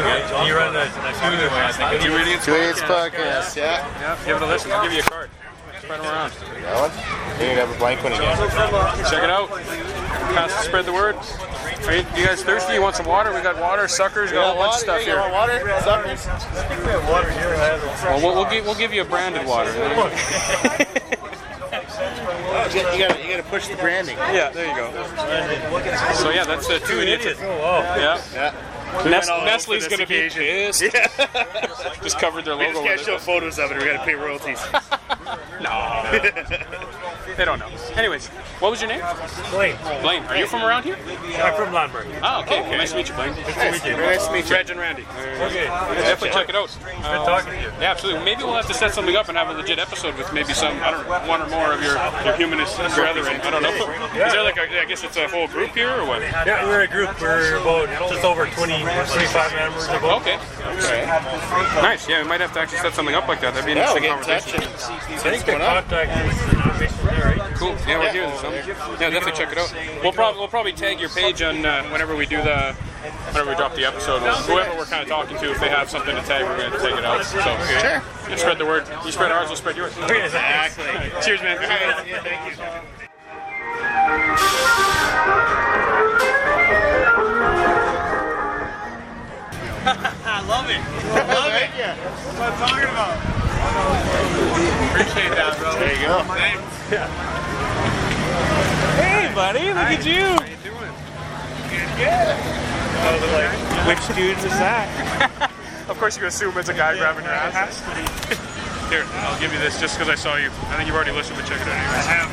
[SPEAKER 5] Okay, you run the
[SPEAKER 2] Okay. Two idiots.
[SPEAKER 12] Two Idiots Podcast, yeah.
[SPEAKER 2] Yeah, give it a listen. I'll give you a card. Spread 'em around.
[SPEAKER 12] That one? You have a blank one again.
[SPEAKER 2] Check it out. Pass, spread the word. Are you, you guys thirsty? You want some water? We got water, suckers, we got all that stuff here. Well, we'll, we'll, give, we'll give you a branded water.
[SPEAKER 12] You gotta, you gotta- you gotta push the branding.
[SPEAKER 2] Yeah, there you go. So yeah, that's uh, two idiots. Yeah.
[SPEAKER 12] Yeah.
[SPEAKER 2] Nest, Nestle's gonna be pissed. just covered their
[SPEAKER 11] We
[SPEAKER 2] logo
[SPEAKER 11] just can't
[SPEAKER 2] with
[SPEAKER 11] show
[SPEAKER 2] it.
[SPEAKER 11] photos of it. We gotta pay royalties.
[SPEAKER 2] no, they don't know. Anyways, what was your name?
[SPEAKER 5] Blaine.
[SPEAKER 2] Blaine, are you from around here?
[SPEAKER 5] I'm from Lambert.
[SPEAKER 2] Oh, okay. Well, nice to meet you, Blaine.
[SPEAKER 5] Nice to meet you. Very nice to meet you.
[SPEAKER 2] Reg and Randy.
[SPEAKER 5] Okay.
[SPEAKER 2] Definitely check it out. Good
[SPEAKER 5] talking to you.
[SPEAKER 2] Yeah, absolutely. Maybe we'll have to set something up and have a legit episode with maybe some, I don't know, one or more of your, your humanist brethren. I don't know. Is there like a, I guess it's a whole group here or what?
[SPEAKER 5] Yeah, we're a group. We're about just over 20, 25 members. About.
[SPEAKER 2] Okay. Nice. Yeah, we might have to actually set something up like that. That'd be an
[SPEAKER 5] Yeah,
[SPEAKER 2] interesting
[SPEAKER 5] we'll get in touch
[SPEAKER 2] conversation.
[SPEAKER 5] I think the contact is
[SPEAKER 2] Cool. Yeah, we're here. So, yeah, definitely check it out. We'll probably we'll probably tag your page on uh, whenever we do the whenever we drop the episode. We'll- Whoever we're kind of talking to, if they have something to tag, we're going to take it out. So
[SPEAKER 11] Sure.
[SPEAKER 2] yeah, spread the word. You spread ours, we'll spread yours.
[SPEAKER 11] Exactly.
[SPEAKER 2] Cheers, man.
[SPEAKER 11] Thank you.
[SPEAKER 5] I love it. love it. That's what I'm talking about. Appreciate that, bro.
[SPEAKER 12] There you go.
[SPEAKER 5] Hey, buddy, look at you. How you doing? Good, good.
[SPEAKER 2] Which dudes is that? of course, you assume it's a guy grabbing your ass. Here, I'll give you this just because I saw you. I think you've already listened, but check it out. Anyways. I have.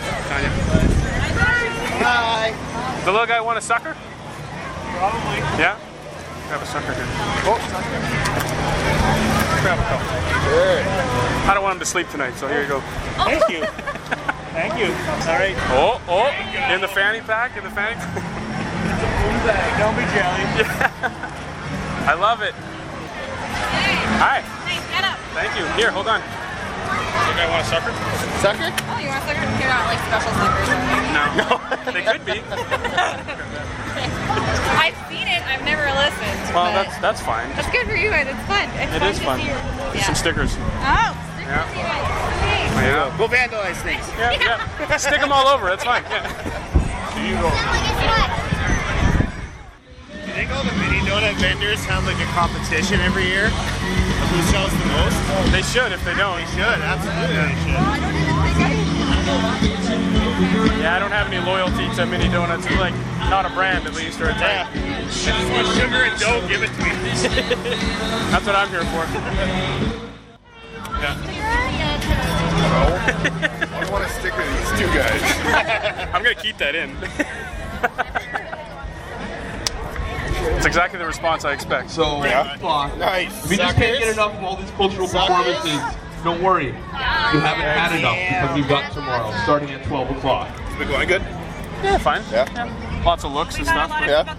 [SPEAKER 2] Tanya. The little guy want a sucker? Probably. Yeah? Grab a sucker here. Oh. Grab a couple. I don't want him to sleep tonight, so here you go.
[SPEAKER 5] Thank you. Thank you. All right.
[SPEAKER 2] Oh, oh, in the fanny pack, in the fanny pack.
[SPEAKER 5] Don't be jelly.
[SPEAKER 2] I love it. Hi. Thank you. Here, hold on. Look, I want a sucker.
[SPEAKER 12] Sucker?
[SPEAKER 13] Oh, you want a sucker? You're not like special suckers.
[SPEAKER 2] No. No. they could be.
[SPEAKER 13] I've seen it. I've never listened. but
[SPEAKER 2] Well, that's that's fine.
[SPEAKER 13] that's good for you guys. It's fun. It's
[SPEAKER 2] It
[SPEAKER 13] fun
[SPEAKER 2] is
[SPEAKER 13] to
[SPEAKER 2] fun.
[SPEAKER 13] see you.
[SPEAKER 2] There's
[SPEAKER 13] Yeah.
[SPEAKER 2] Some stickers.
[SPEAKER 13] Oh, stick
[SPEAKER 2] Yeah.
[SPEAKER 13] with you guys. Okay.
[SPEAKER 2] Yeah.
[SPEAKER 12] We'll vandalize things.
[SPEAKER 2] Yeah, yeah. Stick them all over. That's fine. Yeah.
[SPEAKER 11] Do you think all the mini donut vendors have like a competition every year of who sells the most?
[SPEAKER 2] They should if they don't. They
[SPEAKER 11] should, absolutely they should.
[SPEAKER 2] Yeah, I don't have any loyalty to Mini Donuts. It's like not a brand at least or a type. I just want sugar and dough. Give it to me. That's what I'm here for. Yeah.
[SPEAKER 11] I want to stick with these two guys.
[SPEAKER 2] I'm gonna keep that in. It's exactly the response I expect.
[SPEAKER 14] So,
[SPEAKER 11] Nice.
[SPEAKER 14] We just can't get enough of all these cultural performances. Don't worry, you haven't had enough because we've got tomorrow, starting at 12 o'clock.
[SPEAKER 11] Is it going good?
[SPEAKER 2] Yeah, fine.
[SPEAKER 11] Yeah.
[SPEAKER 2] Lots of looks and stuff. but-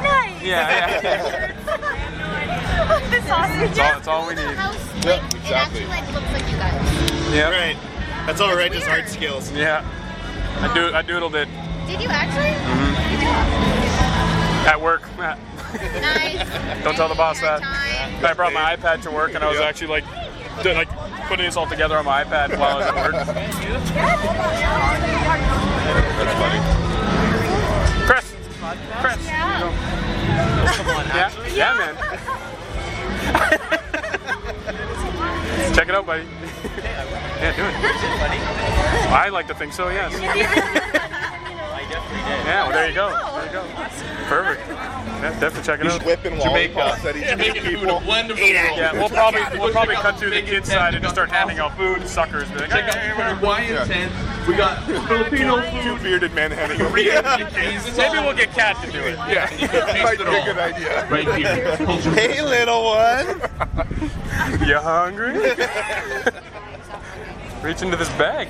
[SPEAKER 10] Nice.
[SPEAKER 2] Yeah, yeah.
[SPEAKER 10] this sausage.
[SPEAKER 2] It's all, it's all we need.
[SPEAKER 11] Yeah, exactly.
[SPEAKER 2] Yeah.
[SPEAKER 11] Right. That's all right. Just hard skills.
[SPEAKER 2] Yeah. I do. I doodled it
[SPEAKER 10] Did you actually?
[SPEAKER 2] at work.
[SPEAKER 10] Nice.
[SPEAKER 2] Don't tell the boss that. But I brought my iPad to work, and I was actually like, did, like putting this all together on my iPad while I was at work.
[SPEAKER 11] That's funny.
[SPEAKER 2] Chris. Chris. Yeah. Yeah, man. Check it out, buddy. Yeah, do it. I Oh, like to think so. Yes. Yeah. Well, there you go. There you go. Perfect. Yeah, definitely check it out.
[SPEAKER 11] whipping lollipops at each
[SPEAKER 2] Jamaica.
[SPEAKER 11] people. Food, a blend of the world.
[SPEAKER 2] Yeah, we'll probably we'll probably cut through the kids side and just start handing out food suckers. Be Like, hey, hey, hey,
[SPEAKER 14] Hawaiian
[SPEAKER 2] yeah.
[SPEAKER 14] tent. We got Filipino
[SPEAKER 11] Two bearded men handing
[SPEAKER 14] over-
[SPEAKER 2] Maybe we'll get Cat to do it.
[SPEAKER 11] Yeah. Might be a good idea.
[SPEAKER 14] Right here.
[SPEAKER 11] Hey, little one.
[SPEAKER 2] You hungry? Reach into this bag.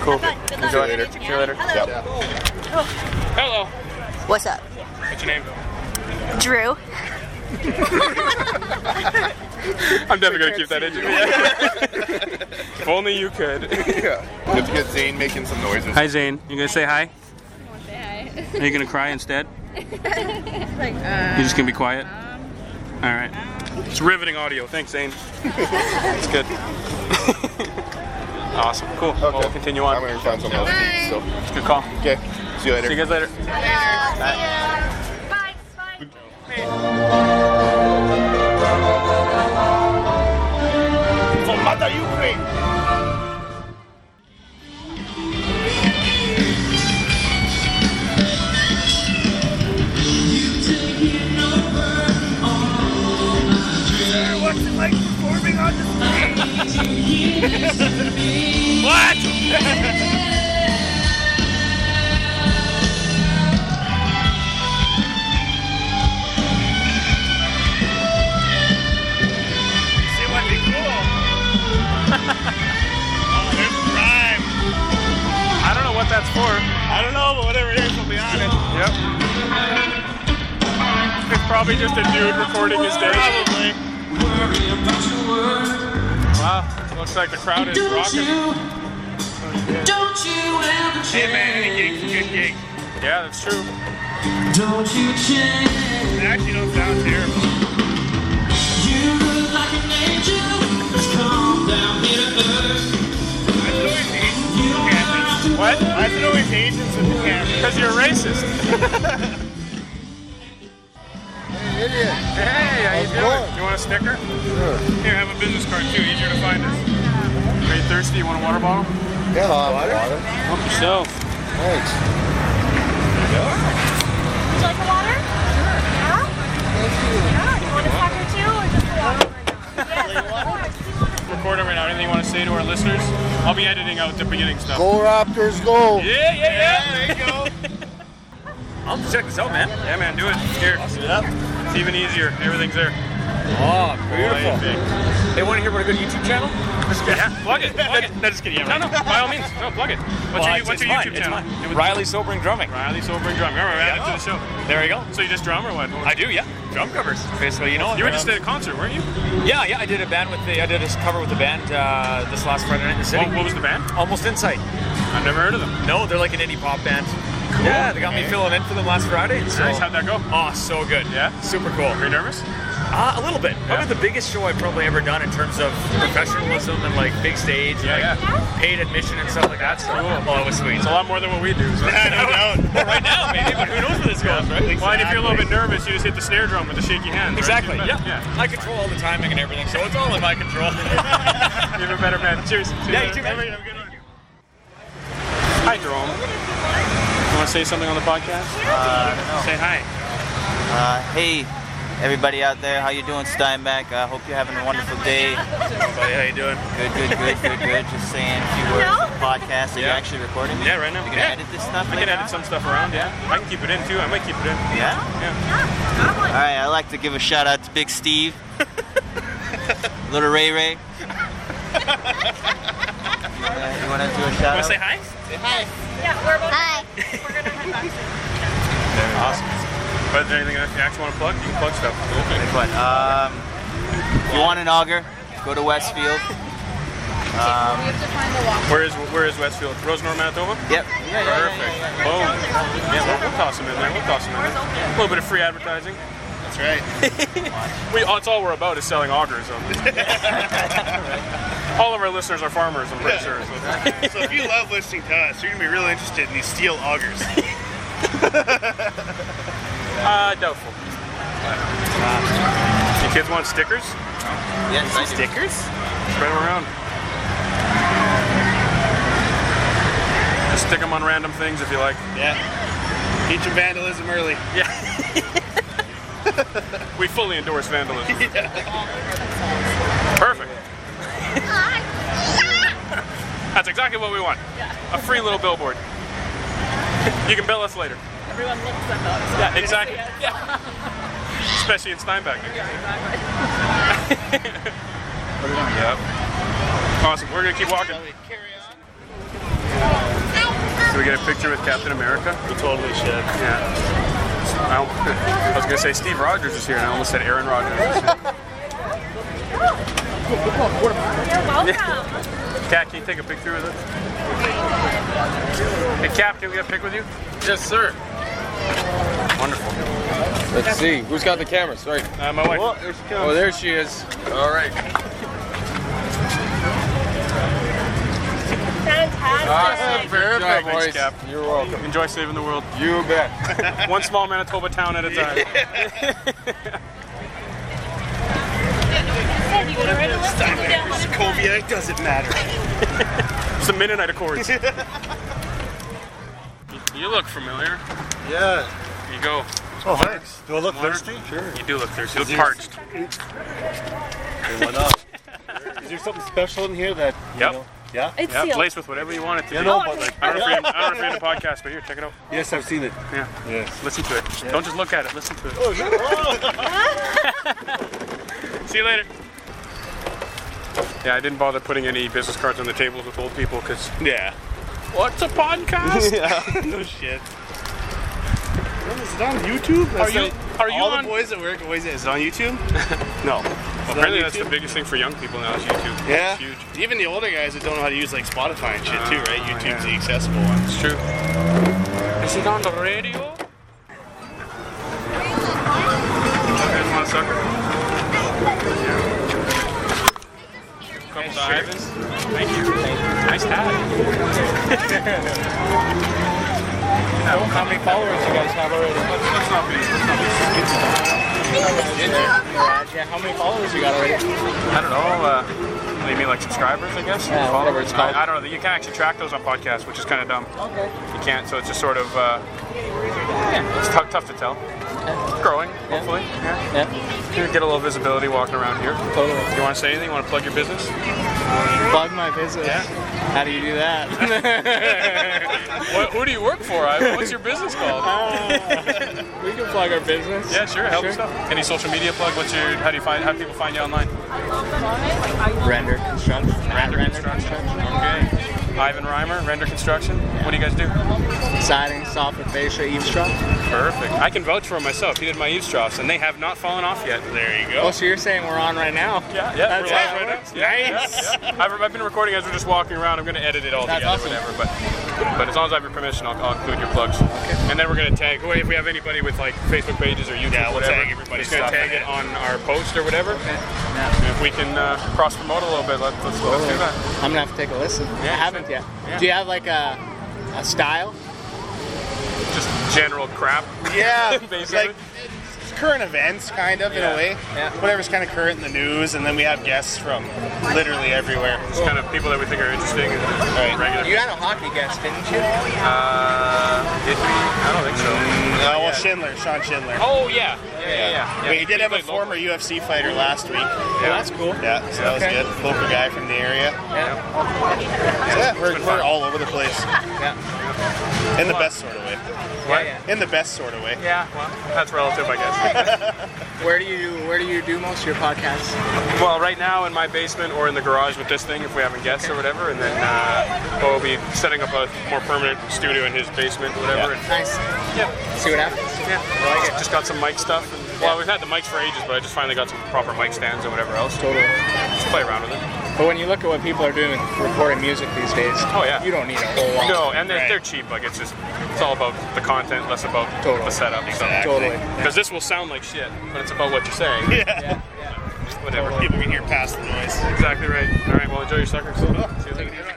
[SPEAKER 2] Cool.
[SPEAKER 11] See you later. See you later. Yep.
[SPEAKER 2] Hello.
[SPEAKER 15] What's up?
[SPEAKER 2] What's your name?
[SPEAKER 15] Drew.
[SPEAKER 2] I'm definitely gonna keep that in. Yeah. if only you could.
[SPEAKER 11] Yeah. Let's get Zane making some noises.
[SPEAKER 2] Hi Zane. You gonna say hi? Are you gonna cry instead?
[SPEAKER 10] like,
[SPEAKER 2] You're just gonna be quiet. All right. It's riveting audio. Thanks, Zane. It's good. awesome. Cool. Okay. Well, we'll continue on. I'm
[SPEAKER 11] gonna find someone
[SPEAKER 2] else.
[SPEAKER 11] So.
[SPEAKER 2] It's a good call.
[SPEAKER 11] Okay. See you later.
[SPEAKER 2] See you guys later.
[SPEAKER 11] For Mother Ukraine.
[SPEAKER 10] What's it like performing on the stage? what?
[SPEAKER 11] See what be cool. oh, there's crime.
[SPEAKER 2] I don't know what that's for.
[SPEAKER 11] I don't know, but whatever it is, we'll be on it.
[SPEAKER 2] Yep. It's probably just a dude recording his day. Probably. Wow. Looks like the crowd is rocking.
[SPEAKER 10] Don't you ever
[SPEAKER 11] Hey man, gig, good gig.
[SPEAKER 2] Yeah, that's true.
[SPEAKER 10] Don't you change.
[SPEAKER 11] It actually don't sound terrible.
[SPEAKER 10] You look like an angel that's come down here to earth.
[SPEAKER 2] What? I said always Asians in the camera. Because you're racist.
[SPEAKER 11] Idiot.
[SPEAKER 2] Hey, how you doing? You want a Snicker? Sure. Here, have a business card too. Easier to find us. Are you thirsty? You want a water bottle?
[SPEAKER 11] Yeah, water.
[SPEAKER 2] Help yourself.
[SPEAKER 11] Thanks.
[SPEAKER 6] Would you like a water? Sure. Yeah? Yeah, you want a sucker too, or just a water?
[SPEAKER 2] Recording right now. Anything you want to say to our listeners? I'll be editing out the beginning stuff.
[SPEAKER 16] Go Raptors, go!
[SPEAKER 2] Yeah, yeah, yeah.
[SPEAKER 11] There you go.
[SPEAKER 2] I'll have to check this out, man. Yeah, man, do it. Here. It's even easier. Everything's there.
[SPEAKER 4] Oh,
[SPEAKER 2] beautiful.
[SPEAKER 4] They want to hear about a good YouTube channel?
[SPEAKER 2] Yeah, plug it. Plug it. No, just kidding. No, no. By all means, no, plug it. What's
[SPEAKER 4] Well,
[SPEAKER 2] your,
[SPEAKER 4] it's-
[SPEAKER 2] what's
[SPEAKER 4] it's
[SPEAKER 2] your
[SPEAKER 4] mine,
[SPEAKER 2] YouTube
[SPEAKER 4] it's
[SPEAKER 2] channel?
[SPEAKER 4] mine.
[SPEAKER 2] It was-
[SPEAKER 4] Riley Sobering Drumming.
[SPEAKER 2] Riley Sobering Drum. Remember, right after the show.
[SPEAKER 4] There you go.
[SPEAKER 2] So you just drum or what?
[SPEAKER 4] I do, yeah. Drum covers, basically. You know. Uh,
[SPEAKER 2] You were just at a concert, weren't you?
[SPEAKER 4] Yeah, yeah. I did a band with the. I did a cover with the band uh, this last Friday night in the city.
[SPEAKER 2] What- what was the band?
[SPEAKER 4] Almost Insight.
[SPEAKER 2] I've never heard of them.
[SPEAKER 4] No, they're like an indie pop band. Yeah, they got me
[SPEAKER 2] Okay.
[SPEAKER 4] filling in for them last Friday. So.
[SPEAKER 2] Nice. How'd that go?
[SPEAKER 4] Oh, so good.
[SPEAKER 2] Yeah?
[SPEAKER 4] Super cool.
[SPEAKER 2] Are you nervous?
[SPEAKER 17] Uh, a little bit. Probably the biggest show I've probably ever done in terms of professionalism and like big stage, and, like paid admission and stuff like that. So, well, it was sweet. It's a lot more than what we do. So. well, right now, maybe, but who knows where this goes, right?
[SPEAKER 2] Well, and if you're a little bit nervous, you just hit the snare drum with a shaky hand. right?
[SPEAKER 17] Exactly.
[SPEAKER 2] Even
[SPEAKER 17] Yeah.
[SPEAKER 2] better.
[SPEAKER 17] I control all the timing and everything, so it's all in my control.
[SPEAKER 2] Yeah. Even better, man. Cheers.
[SPEAKER 17] Yeah, you too, man.
[SPEAKER 2] Hi, Jerome. You want to say something on the podcast? Uh, say hi.
[SPEAKER 18] Uh, hey, everybody out there, how you doing, Steinbeck? I hope you're having a wonderful day. Everybody, how you doing? Good, good, good, good, good. Just saying a few words on the podcast. Are you actually recording?
[SPEAKER 2] Yeah, right now.
[SPEAKER 18] You can
[SPEAKER 2] yeah.
[SPEAKER 18] edit this stuff
[SPEAKER 2] I can
[SPEAKER 18] later
[SPEAKER 2] edit some stuff around, yeah. I can keep it in, too. I might keep it in.
[SPEAKER 18] Yeah? All right, I'd like to give a shout out to Big Steve, Little Ray Ray. You want to do a shout out?
[SPEAKER 13] Wanna say hi?
[SPEAKER 9] Say hi. Yeah, we're about hi. We're gonna head back
[SPEAKER 2] Awesome. But is there anything else you actually want to plug? You can plug stuff.
[SPEAKER 18] But um, if you want an auger, go to Westfield. Um,
[SPEAKER 2] Where is where is Westfield? Rosenor, Manitoba.
[SPEAKER 18] Yep.
[SPEAKER 2] Perfect. Boom. Yeah, we'll, we'll toss them in there. We'll toss them in there. A little bit of free advertising. That's right. we that's all we're about is selling augers. So. all of our listeners are farmers. I'm pretty sure. So.
[SPEAKER 11] so if you love listening to us, you're gonna be really interested in these steel augers.
[SPEAKER 2] Uh, doubtful. You kids want stickers?
[SPEAKER 18] Yes, I do.
[SPEAKER 2] Stickers? Spread them around. Just stick them on random things if you like. Yeah. Teach them vandalism early. Yeah. we fully endorse vandalism. Perfect. That's exactly what we want. A free little billboard. You can bill us later.
[SPEAKER 13] Everyone looks at us.
[SPEAKER 2] Yeah, exactly. Especially in Steinbeck. Yep. Awesome. We're gonna keep walking. Should we get a picture with Captain America? We totally should. Yeah. I, don't- I was gonna say Steve Rogers is here, and I almost said Aaron Rodgers.
[SPEAKER 13] You're
[SPEAKER 2] welcome. Cat, can you take a picture with us? Hey, Cap, can we get a pic with you? Yes, sir. Wonderful.
[SPEAKER 19] Let's see. Who's got the camera? Sorry.
[SPEAKER 2] Uh, my wife.
[SPEAKER 19] Oh, there she comes. Oh, there she is. All right.
[SPEAKER 2] Awesome.
[SPEAKER 13] Fantastic.
[SPEAKER 2] Very
[SPEAKER 19] Good job,
[SPEAKER 2] big. Thanks,
[SPEAKER 19] boys.
[SPEAKER 2] Cap. You're welcome. Enjoy saving the world. You bet. One small Manitoba town at a time.
[SPEAKER 11] Sokovia, it doesn't matter.
[SPEAKER 2] It's the Mennonite Accords. you look familiar. Yeah. You go.
[SPEAKER 12] Oh, thanks. Do I look
[SPEAKER 2] Water?
[SPEAKER 12] thirsty? Sure.
[SPEAKER 2] You do look thirsty. You
[SPEAKER 12] Is
[SPEAKER 2] look
[SPEAKER 12] there-
[SPEAKER 2] parched.
[SPEAKER 12] Hey, why not? Is there something special in here that? you
[SPEAKER 2] Yep.
[SPEAKER 12] know- Yeah.
[SPEAKER 2] It's Yep, sealed. laced with whatever you want it to
[SPEAKER 12] yeah,
[SPEAKER 2] be.
[SPEAKER 12] No, but like,
[SPEAKER 2] I don't know if you're in, I don't know if you're in the podcast, but here, check it out.
[SPEAKER 12] Yes, I've seen it.
[SPEAKER 2] Yeah.
[SPEAKER 12] Yes.
[SPEAKER 2] Listen to it.
[SPEAKER 12] Yeah.
[SPEAKER 2] Don't just look at it. Listen to it.
[SPEAKER 12] Oh, is it? Oh.
[SPEAKER 2] See you later. Yeah, I didn't bother putting any business cards on the tables with old people because. Yeah. What's a podcast?
[SPEAKER 11] no shit. What, Is it on YouTube?
[SPEAKER 2] Are you- are you
[SPEAKER 11] all
[SPEAKER 2] on-
[SPEAKER 11] the boys at work always is it on YouTube?
[SPEAKER 2] No.
[SPEAKER 11] that
[SPEAKER 2] apparently, that's the
[SPEAKER 11] YouTube?
[SPEAKER 2] biggest thing for young people now is YouTube.
[SPEAKER 11] Yeah.
[SPEAKER 2] It's huge.
[SPEAKER 11] Even the older guys that don't know how to use like Spotify and shit too, right?
[SPEAKER 17] Oh,
[SPEAKER 2] Ah,
[SPEAKER 11] YouTube's
[SPEAKER 2] yeah.
[SPEAKER 11] the accessible one.
[SPEAKER 2] It's true. Is it on the radio? want a sucker? Couple divers. Thank you. Nice hat.
[SPEAKER 17] How many followers you guys have already?
[SPEAKER 2] Let's not be.
[SPEAKER 17] Yeah, how many followers you got already?
[SPEAKER 2] I don't know. Uh, what do you mean, like subscribers? I guess.
[SPEAKER 17] Yeah,
[SPEAKER 2] Followers?
[SPEAKER 17] whatever it's called.
[SPEAKER 2] I, I don't know. You can't actually track those on podcasts, which is kind of dumb.
[SPEAKER 17] Okay.
[SPEAKER 2] You can't, so it's just sort of. Uh, yeah, it's tough, tough to tell. It's growing, hopefully. Yeah. You get a little visibility walking around here. Totally. You want to say anything? You want to plug your business?
[SPEAKER 19] Plug my business. How do you do that?
[SPEAKER 2] what, who do you work for? I, what's your business called?
[SPEAKER 19] we can plug our business.
[SPEAKER 2] Yeah, sure. Help yourself. Any social media plug? What's your? How do you find? How do people find you online?
[SPEAKER 19] Render construction.
[SPEAKER 2] Render construction. Okay. Ivan Reimer, Render Construction. What do you guys do?
[SPEAKER 12] Siding, soffit, fascia, eavesdrop.
[SPEAKER 2] Perfect. I can vouch for him myself. He did my eavesdrops, and they have not fallen off yet. There you go.
[SPEAKER 12] Oh, so you're saying we're on right now?
[SPEAKER 2] Yeah, yeah,
[SPEAKER 12] That's
[SPEAKER 2] we're live
[SPEAKER 12] how it
[SPEAKER 2] right now.
[SPEAKER 12] works.
[SPEAKER 2] Yeah,
[SPEAKER 12] Nice.
[SPEAKER 2] yeah, yeah. I've, I've been recording as we're just walking around. I'm going to edit it all
[SPEAKER 12] That's
[SPEAKER 2] together,
[SPEAKER 12] awesome.
[SPEAKER 2] whatever. But but as long as I have your permission, I'll, I'll include your plugs. And then we're going to tag who- if we have anybody with like Facebook pages or YouTube,
[SPEAKER 17] Yeah, we'll
[SPEAKER 2] whatever.
[SPEAKER 17] tag everybody.
[SPEAKER 2] Just going to
[SPEAKER 17] Stop
[SPEAKER 2] tag
[SPEAKER 17] it.
[SPEAKER 2] it on our post or whatever. And if we can uh, cross promote a little bit, let's let's, let's do that.
[SPEAKER 12] I'm gonna have to take a listen. I haven't yet.
[SPEAKER 2] Yeah.
[SPEAKER 12] Do you have like a, a style?
[SPEAKER 2] Just general crap.
[SPEAKER 11] Yeah,
[SPEAKER 2] basically.
[SPEAKER 11] like current events, kind of in
[SPEAKER 2] Yeah.
[SPEAKER 11] a way. Whatever's kind of current in the news, and then we have guests from literally everywhere.
[SPEAKER 2] Just kind of people that we think are interesting. And regular.
[SPEAKER 12] You had a hockey guest, didn't you?
[SPEAKER 2] Uh, did we? I don't think so.
[SPEAKER 12] Mm.
[SPEAKER 11] No, well,
[SPEAKER 2] Not yet.
[SPEAKER 11] Schindler, Sean Schindler.
[SPEAKER 2] Oh yeah, yeah, yeah, yeah. yeah.
[SPEAKER 11] But he did have a former UFC fighter last week. Yeah,
[SPEAKER 2] that's
[SPEAKER 11] cool. Yeah, so that was
[SPEAKER 2] Okay.
[SPEAKER 11] good. Local guy from the area. Yeah, yeah we're, we're all over the place. Yeah, in the best sort of way.
[SPEAKER 2] What?
[SPEAKER 11] In the best sort of way.
[SPEAKER 2] Yeah, well, that's relative, I guess.
[SPEAKER 12] Where do you where do you do most of your podcasts?
[SPEAKER 2] Well, right now in my basement or in the garage with this thing, if we haven't guests or whatever, and then uh, we'll be setting up a more permanent studio in his basement, or whatever.
[SPEAKER 12] Yeah.
[SPEAKER 2] And
[SPEAKER 12] Nice.
[SPEAKER 2] Yeah.
[SPEAKER 12] See what happens.
[SPEAKER 2] Yeah. Just got some mic stuff. And, well, we've had the mics for ages, but I just finally got some proper mic stands or whatever else.
[SPEAKER 12] Totally.
[SPEAKER 2] Just play around with it.
[SPEAKER 12] But when you look at what people are doing with recording music these days,
[SPEAKER 2] Oh yeah.
[SPEAKER 12] you don't need a whole lot.
[SPEAKER 2] No, and they're, they're cheap. Like it's just it's all about the content, less about the setup.
[SPEAKER 12] Exactly. Totally.
[SPEAKER 2] Because this will sound like shit, but it's about what you're saying.
[SPEAKER 11] Yeah.
[SPEAKER 2] Whatever.
[SPEAKER 11] People can hear past the noise.
[SPEAKER 2] Exactly right. All right. Well, enjoy your suckers. See you later.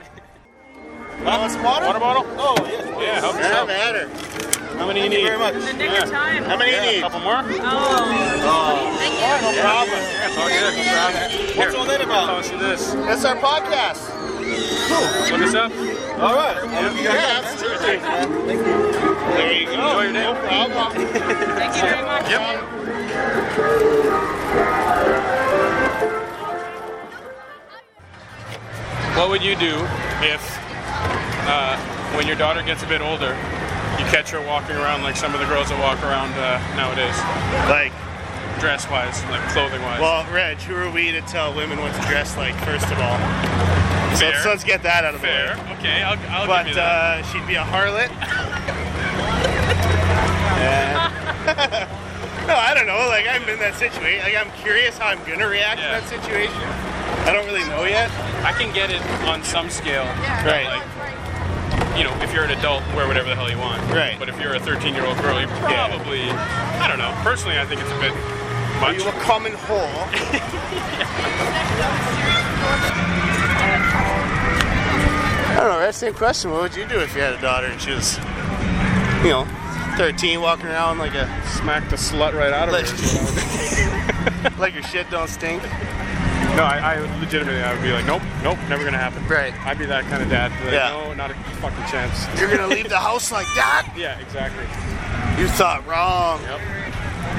[SPEAKER 11] Want some water?
[SPEAKER 2] Water bottle?
[SPEAKER 11] Oh, yes.
[SPEAKER 2] Yeah, help
[SPEAKER 11] Have
[SPEAKER 2] yourself.
[SPEAKER 11] at her.
[SPEAKER 2] How many
[SPEAKER 11] Thank
[SPEAKER 2] you need?
[SPEAKER 11] you very much. The
[SPEAKER 2] nick of time.
[SPEAKER 11] How many you
[SPEAKER 2] yeah,
[SPEAKER 11] need?
[SPEAKER 2] A couple more?
[SPEAKER 11] Thank you. No problem. What's all that about?
[SPEAKER 2] Toss you this.
[SPEAKER 11] That's our podcast.
[SPEAKER 2] Look us up.
[SPEAKER 11] All right. Yeah, that's true. There you go.
[SPEAKER 2] Enjoy your day.
[SPEAKER 11] No problem.
[SPEAKER 13] Thank you very much.
[SPEAKER 2] What would you do if, uh, when your daughter gets a bit older, you catch her walking around like some of the girls that walk around uh, nowadays?
[SPEAKER 11] Like?
[SPEAKER 2] Dress wise, like clothing wise.
[SPEAKER 11] Well, Reg, who are we to tell women what to dress like, first of all? So
[SPEAKER 2] Fair.
[SPEAKER 11] let's, let's get that out of
[SPEAKER 2] Fair.
[SPEAKER 11] the way.
[SPEAKER 2] Okay, I'll, I'll
[SPEAKER 11] but
[SPEAKER 2] give you that.
[SPEAKER 11] Uh, she'd be a harlot. Yeah. no, I don't know. Like, I'm in that situation. Like, I'm curious how I'm going to react
[SPEAKER 2] Yeah.
[SPEAKER 11] to that situation. I don't really know yet.
[SPEAKER 2] I can get it on some scale.
[SPEAKER 11] Right.
[SPEAKER 2] Like, you know, if you're an adult, wear whatever the hell you want.
[SPEAKER 11] Right.
[SPEAKER 2] But if you're a 13 year old girl, you probably, I don't know. Personally, I think it's a bit
[SPEAKER 11] Are
[SPEAKER 2] much.
[SPEAKER 11] you a common whore? I don't know, that same question. What would you do if you had a daughter and she was, you know, 13, walking around like a.
[SPEAKER 2] Smack the slut right out of
[SPEAKER 11] her. like your shit don't stink.
[SPEAKER 2] No, I, I legitimately, I would be like, nope, nope, never gonna happen. Right. I'd be that kind of dad. Like,
[SPEAKER 11] Yeah.
[SPEAKER 2] No, not a fucking chance.
[SPEAKER 11] You're gonna leave the house like that?
[SPEAKER 2] Yeah, exactly.
[SPEAKER 11] You thought wrong.
[SPEAKER 2] Yep.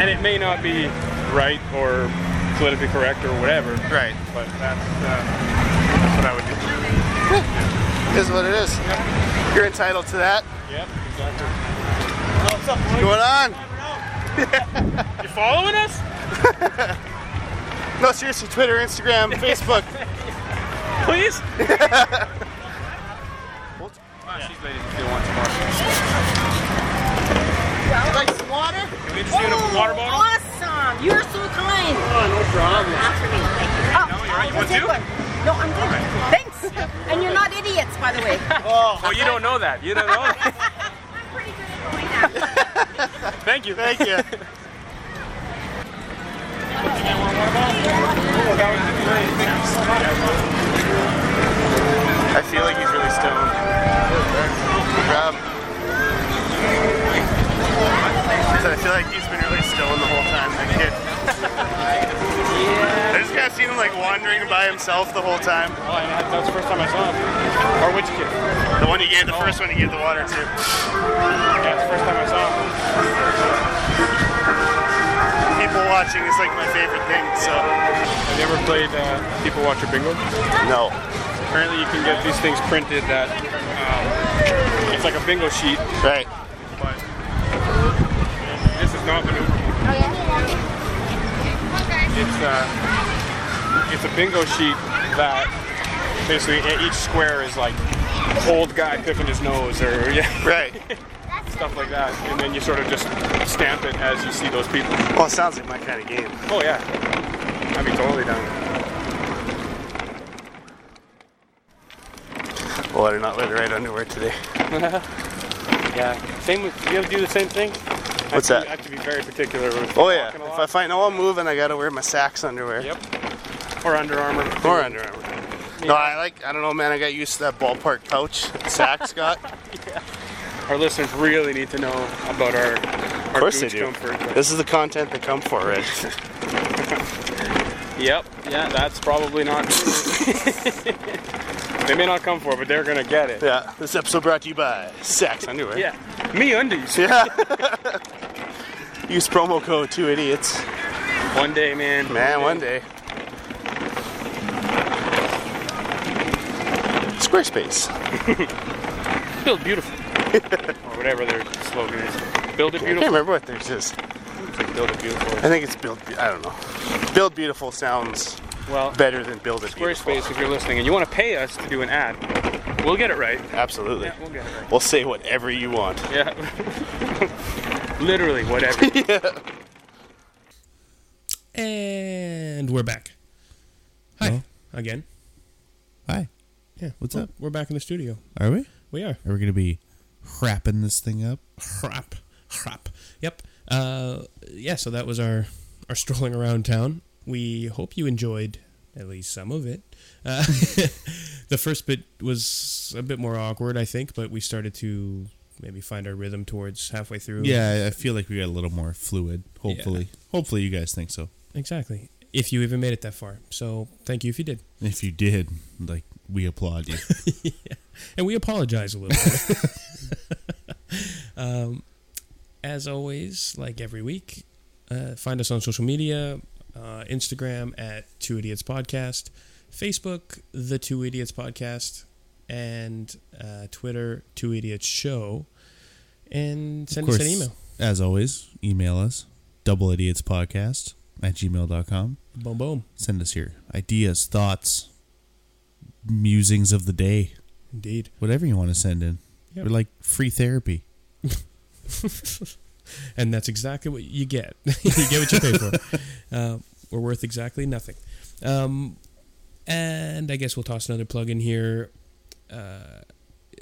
[SPEAKER 2] And it may not be right or politically correct or whatever.
[SPEAKER 11] Right.
[SPEAKER 2] But that's, uh, that's what I would do.
[SPEAKER 11] It is what it is. You're entitled to that.
[SPEAKER 2] Yep, exactly.
[SPEAKER 11] What's up, What's going on?
[SPEAKER 2] you following us?
[SPEAKER 11] no, seriously, Twitter, Instagram, Facebook.
[SPEAKER 2] Please?
[SPEAKER 13] Like some water? Can
[SPEAKER 2] we
[SPEAKER 13] just get a water bottle? Awesome! You're so kind! Oh, no problem. Not for me, thank you. Oh, no, you're right. You
[SPEAKER 2] want two?
[SPEAKER 13] No, I'm good. Thanks. And you're not idiots, by the way.
[SPEAKER 2] Oh, you don't know that. You don't know that. Thank you.
[SPEAKER 11] Thank you.
[SPEAKER 2] I feel like he's really stoned.
[SPEAKER 11] Rob. I feel like he's been really stoned the whole time, that kid. I just kind of seen him like wandering by himself the whole time.
[SPEAKER 2] Oh, and that's the first time I saw him. Or which kid?
[SPEAKER 11] The one you gave, the first one you gave the water to.
[SPEAKER 2] Yeah, it's the first time I saw him.
[SPEAKER 11] People watching is like my favorite thing, so.
[SPEAKER 2] Have you ever played uh, People Watcher Bingo?
[SPEAKER 11] No.
[SPEAKER 2] Apparently, you can get these things printed that um, it's like a bingo sheet.
[SPEAKER 11] Right.
[SPEAKER 2] But this is not maneuverable. It's uh, it's a bingo sheet that basically e- each square is like old guy picking his nose or yeah,
[SPEAKER 11] Right.
[SPEAKER 2] stuff like that, and then you sort of just stamp it as you see those people.
[SPEAKER 11] Well, it sounds like my kind of game.
[SPEAKER 2] Oh yeah, I'd be totally down.
[SPEAKER 11] Well, they're not wearing the right underwear today.
[SPEAKER 12] yeah. Same with, you ever do the same thing?
[SPEAKER 11] What's
[SPEAKER 12] I have
[SPEAKER 11] that?
[SPEAKER 12] to- I have to be very particular with
[SPEAKER 11] Oh yeah.
[SPEAKER 12] walking a
[SPEAKER 11] If
[SPEAKER 12] lot.
[SPEAKER 11] I find oh I'm moving, I gotta wear my Saks underwear.
[SPEAKER 2] Yep. Or Under Armour.
[SPEAKER 11] Or Under Armour. No, I like. I don't know, man. I got used to that ballpark couch Saks got.
[SPEAKER 2] Our listeners really need to know about our.
[SPEAKER 11] Of
[SPEAKER 2] our
[SPEAKER 11] course they
[SPEAKER 2] gooch
[SPEAKER 11] do.
[SPEAKER 2] Comfort.
[SPEAKER 11] This is the content they come for, Reg.
[SPEAKER 2] Yep. Yeah, that's probably not. they may not come for it, but they're gonna get it.
[SPEAKER 11] yeah. This episode brought to you by Saks underwear.
[SPEAKER 2] Yeah. Me undies.
[SPEAKER 11] Yeah. Use promo code two idiots.
[SPEAKER 2] One day, man.
[SPEAKER 11] Man, one day. Squarespace.
[SPEAKER 2] Build beautiful. or whatever their slogan is. Build it
[SPEAKER 11] I
[SPEAKER 2] beautiful.
[SPEAKER 11] can't remember what theirs is.
[SPEAKER 2] It's like build it beautiful.
[SPEAKER 11] I think it's build. Be- I don't know. Build beautiful sounds
[SPEAKER 2] well
[SPEAKER 11] better than build it beautiful.
[SPEAKER 2] Squarespace, if you're listening and you want to pay us to do an ad, we'll get it right.
[SPEAKER 11] Absolutely.
[SPEAKER 2] Yeah, we'll get it right.
[SPEAKER 11] We'll say whatever you want.
[SPEAKER 2] Yeah. Literally, whatever.
[SPEAKER 3] And we're back. Hi. Again.
[SPEAKER 4] Hi. Yeah. What's
[SPEAKER 3] We're-
[SPEAKER 4] up?
[SPEAKER 3] We're back in the studio.
[SPEAKER 4] Are we?
[SPEAKER 3] We are.
[SPEAKER 4] Are we gonna be wrapping this thing up?
[SPEAKER 3] Crap. Crap. Yep. Uh, yeah, so that was our, our strolling around town. We hope you enjoyed at least some of it. Uh, the first bit was a bit more awkward, I think, but we started to maybe find our rhythm towards halfway through.
[SPEAKER 4] Yeah, I- I feel like we got a little more fluid. Hopefully, hopefully you guys think so.
[SPEAKER 3] Exactly. If you even made it that far. So thank you if you did.
[SPEAKER 4] If you did, like, we applaud you.
[SPEAKER 3] and we apologize a little bit. um, as always, like every week, uh, find us on social media uh, Instagram at Two Idiots Podcast, Facebook, The Two Idiots Podcast, and uh, Twitter, Two Idiots Show. And send
[SPEAKER 4] Of
[SPEAKER 3] us an
[SPEAKER 4] course,
[SPEAKER 3] email.
[SPEAKER 4] As always, email us double idiots podcast at gmail.com.
[SPEAKER 3] Boom, boom.
[SPEAKER 4] Send us your ideas, thoughts, musings of the day.
[SPEAKER 3] Indeed.
[SPEAKER 4] Whatever you want to send in.
[SPEAKER 3] Yep.
[SPEAKER 4] We're like free therapy.
[SPEAKER 3] and that's exactly what you get. you get what you pay for. uh, we're worth exactly nothing. Um, and I guess we'll toss another plug in here. Uh,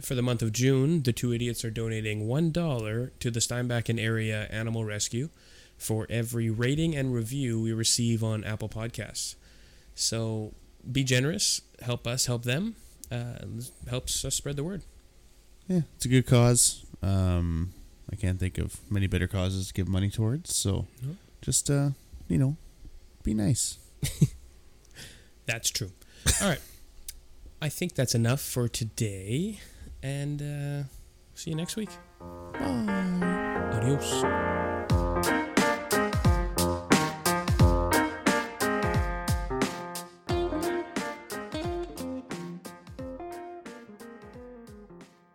[SPEAKER 3] for the month of June, the two idiots are donating one dollar to the Steinbacken Area Animal Rescue for every rating and review we receive on Apple Podcasts. So be generous, help us, help them. Uh, helps us spread the word.
[SPEAKER 4] Yeah, it's a good cause. Um, I can't think of many better causes to give money towards. So
[SPEAKER 3] No.
[SPEAKER 4] just, uh, you know, be nice.
[SPEAKER 3] That's true. All right. I think that's enough for today. And uh, see you next week. Bye. Adios.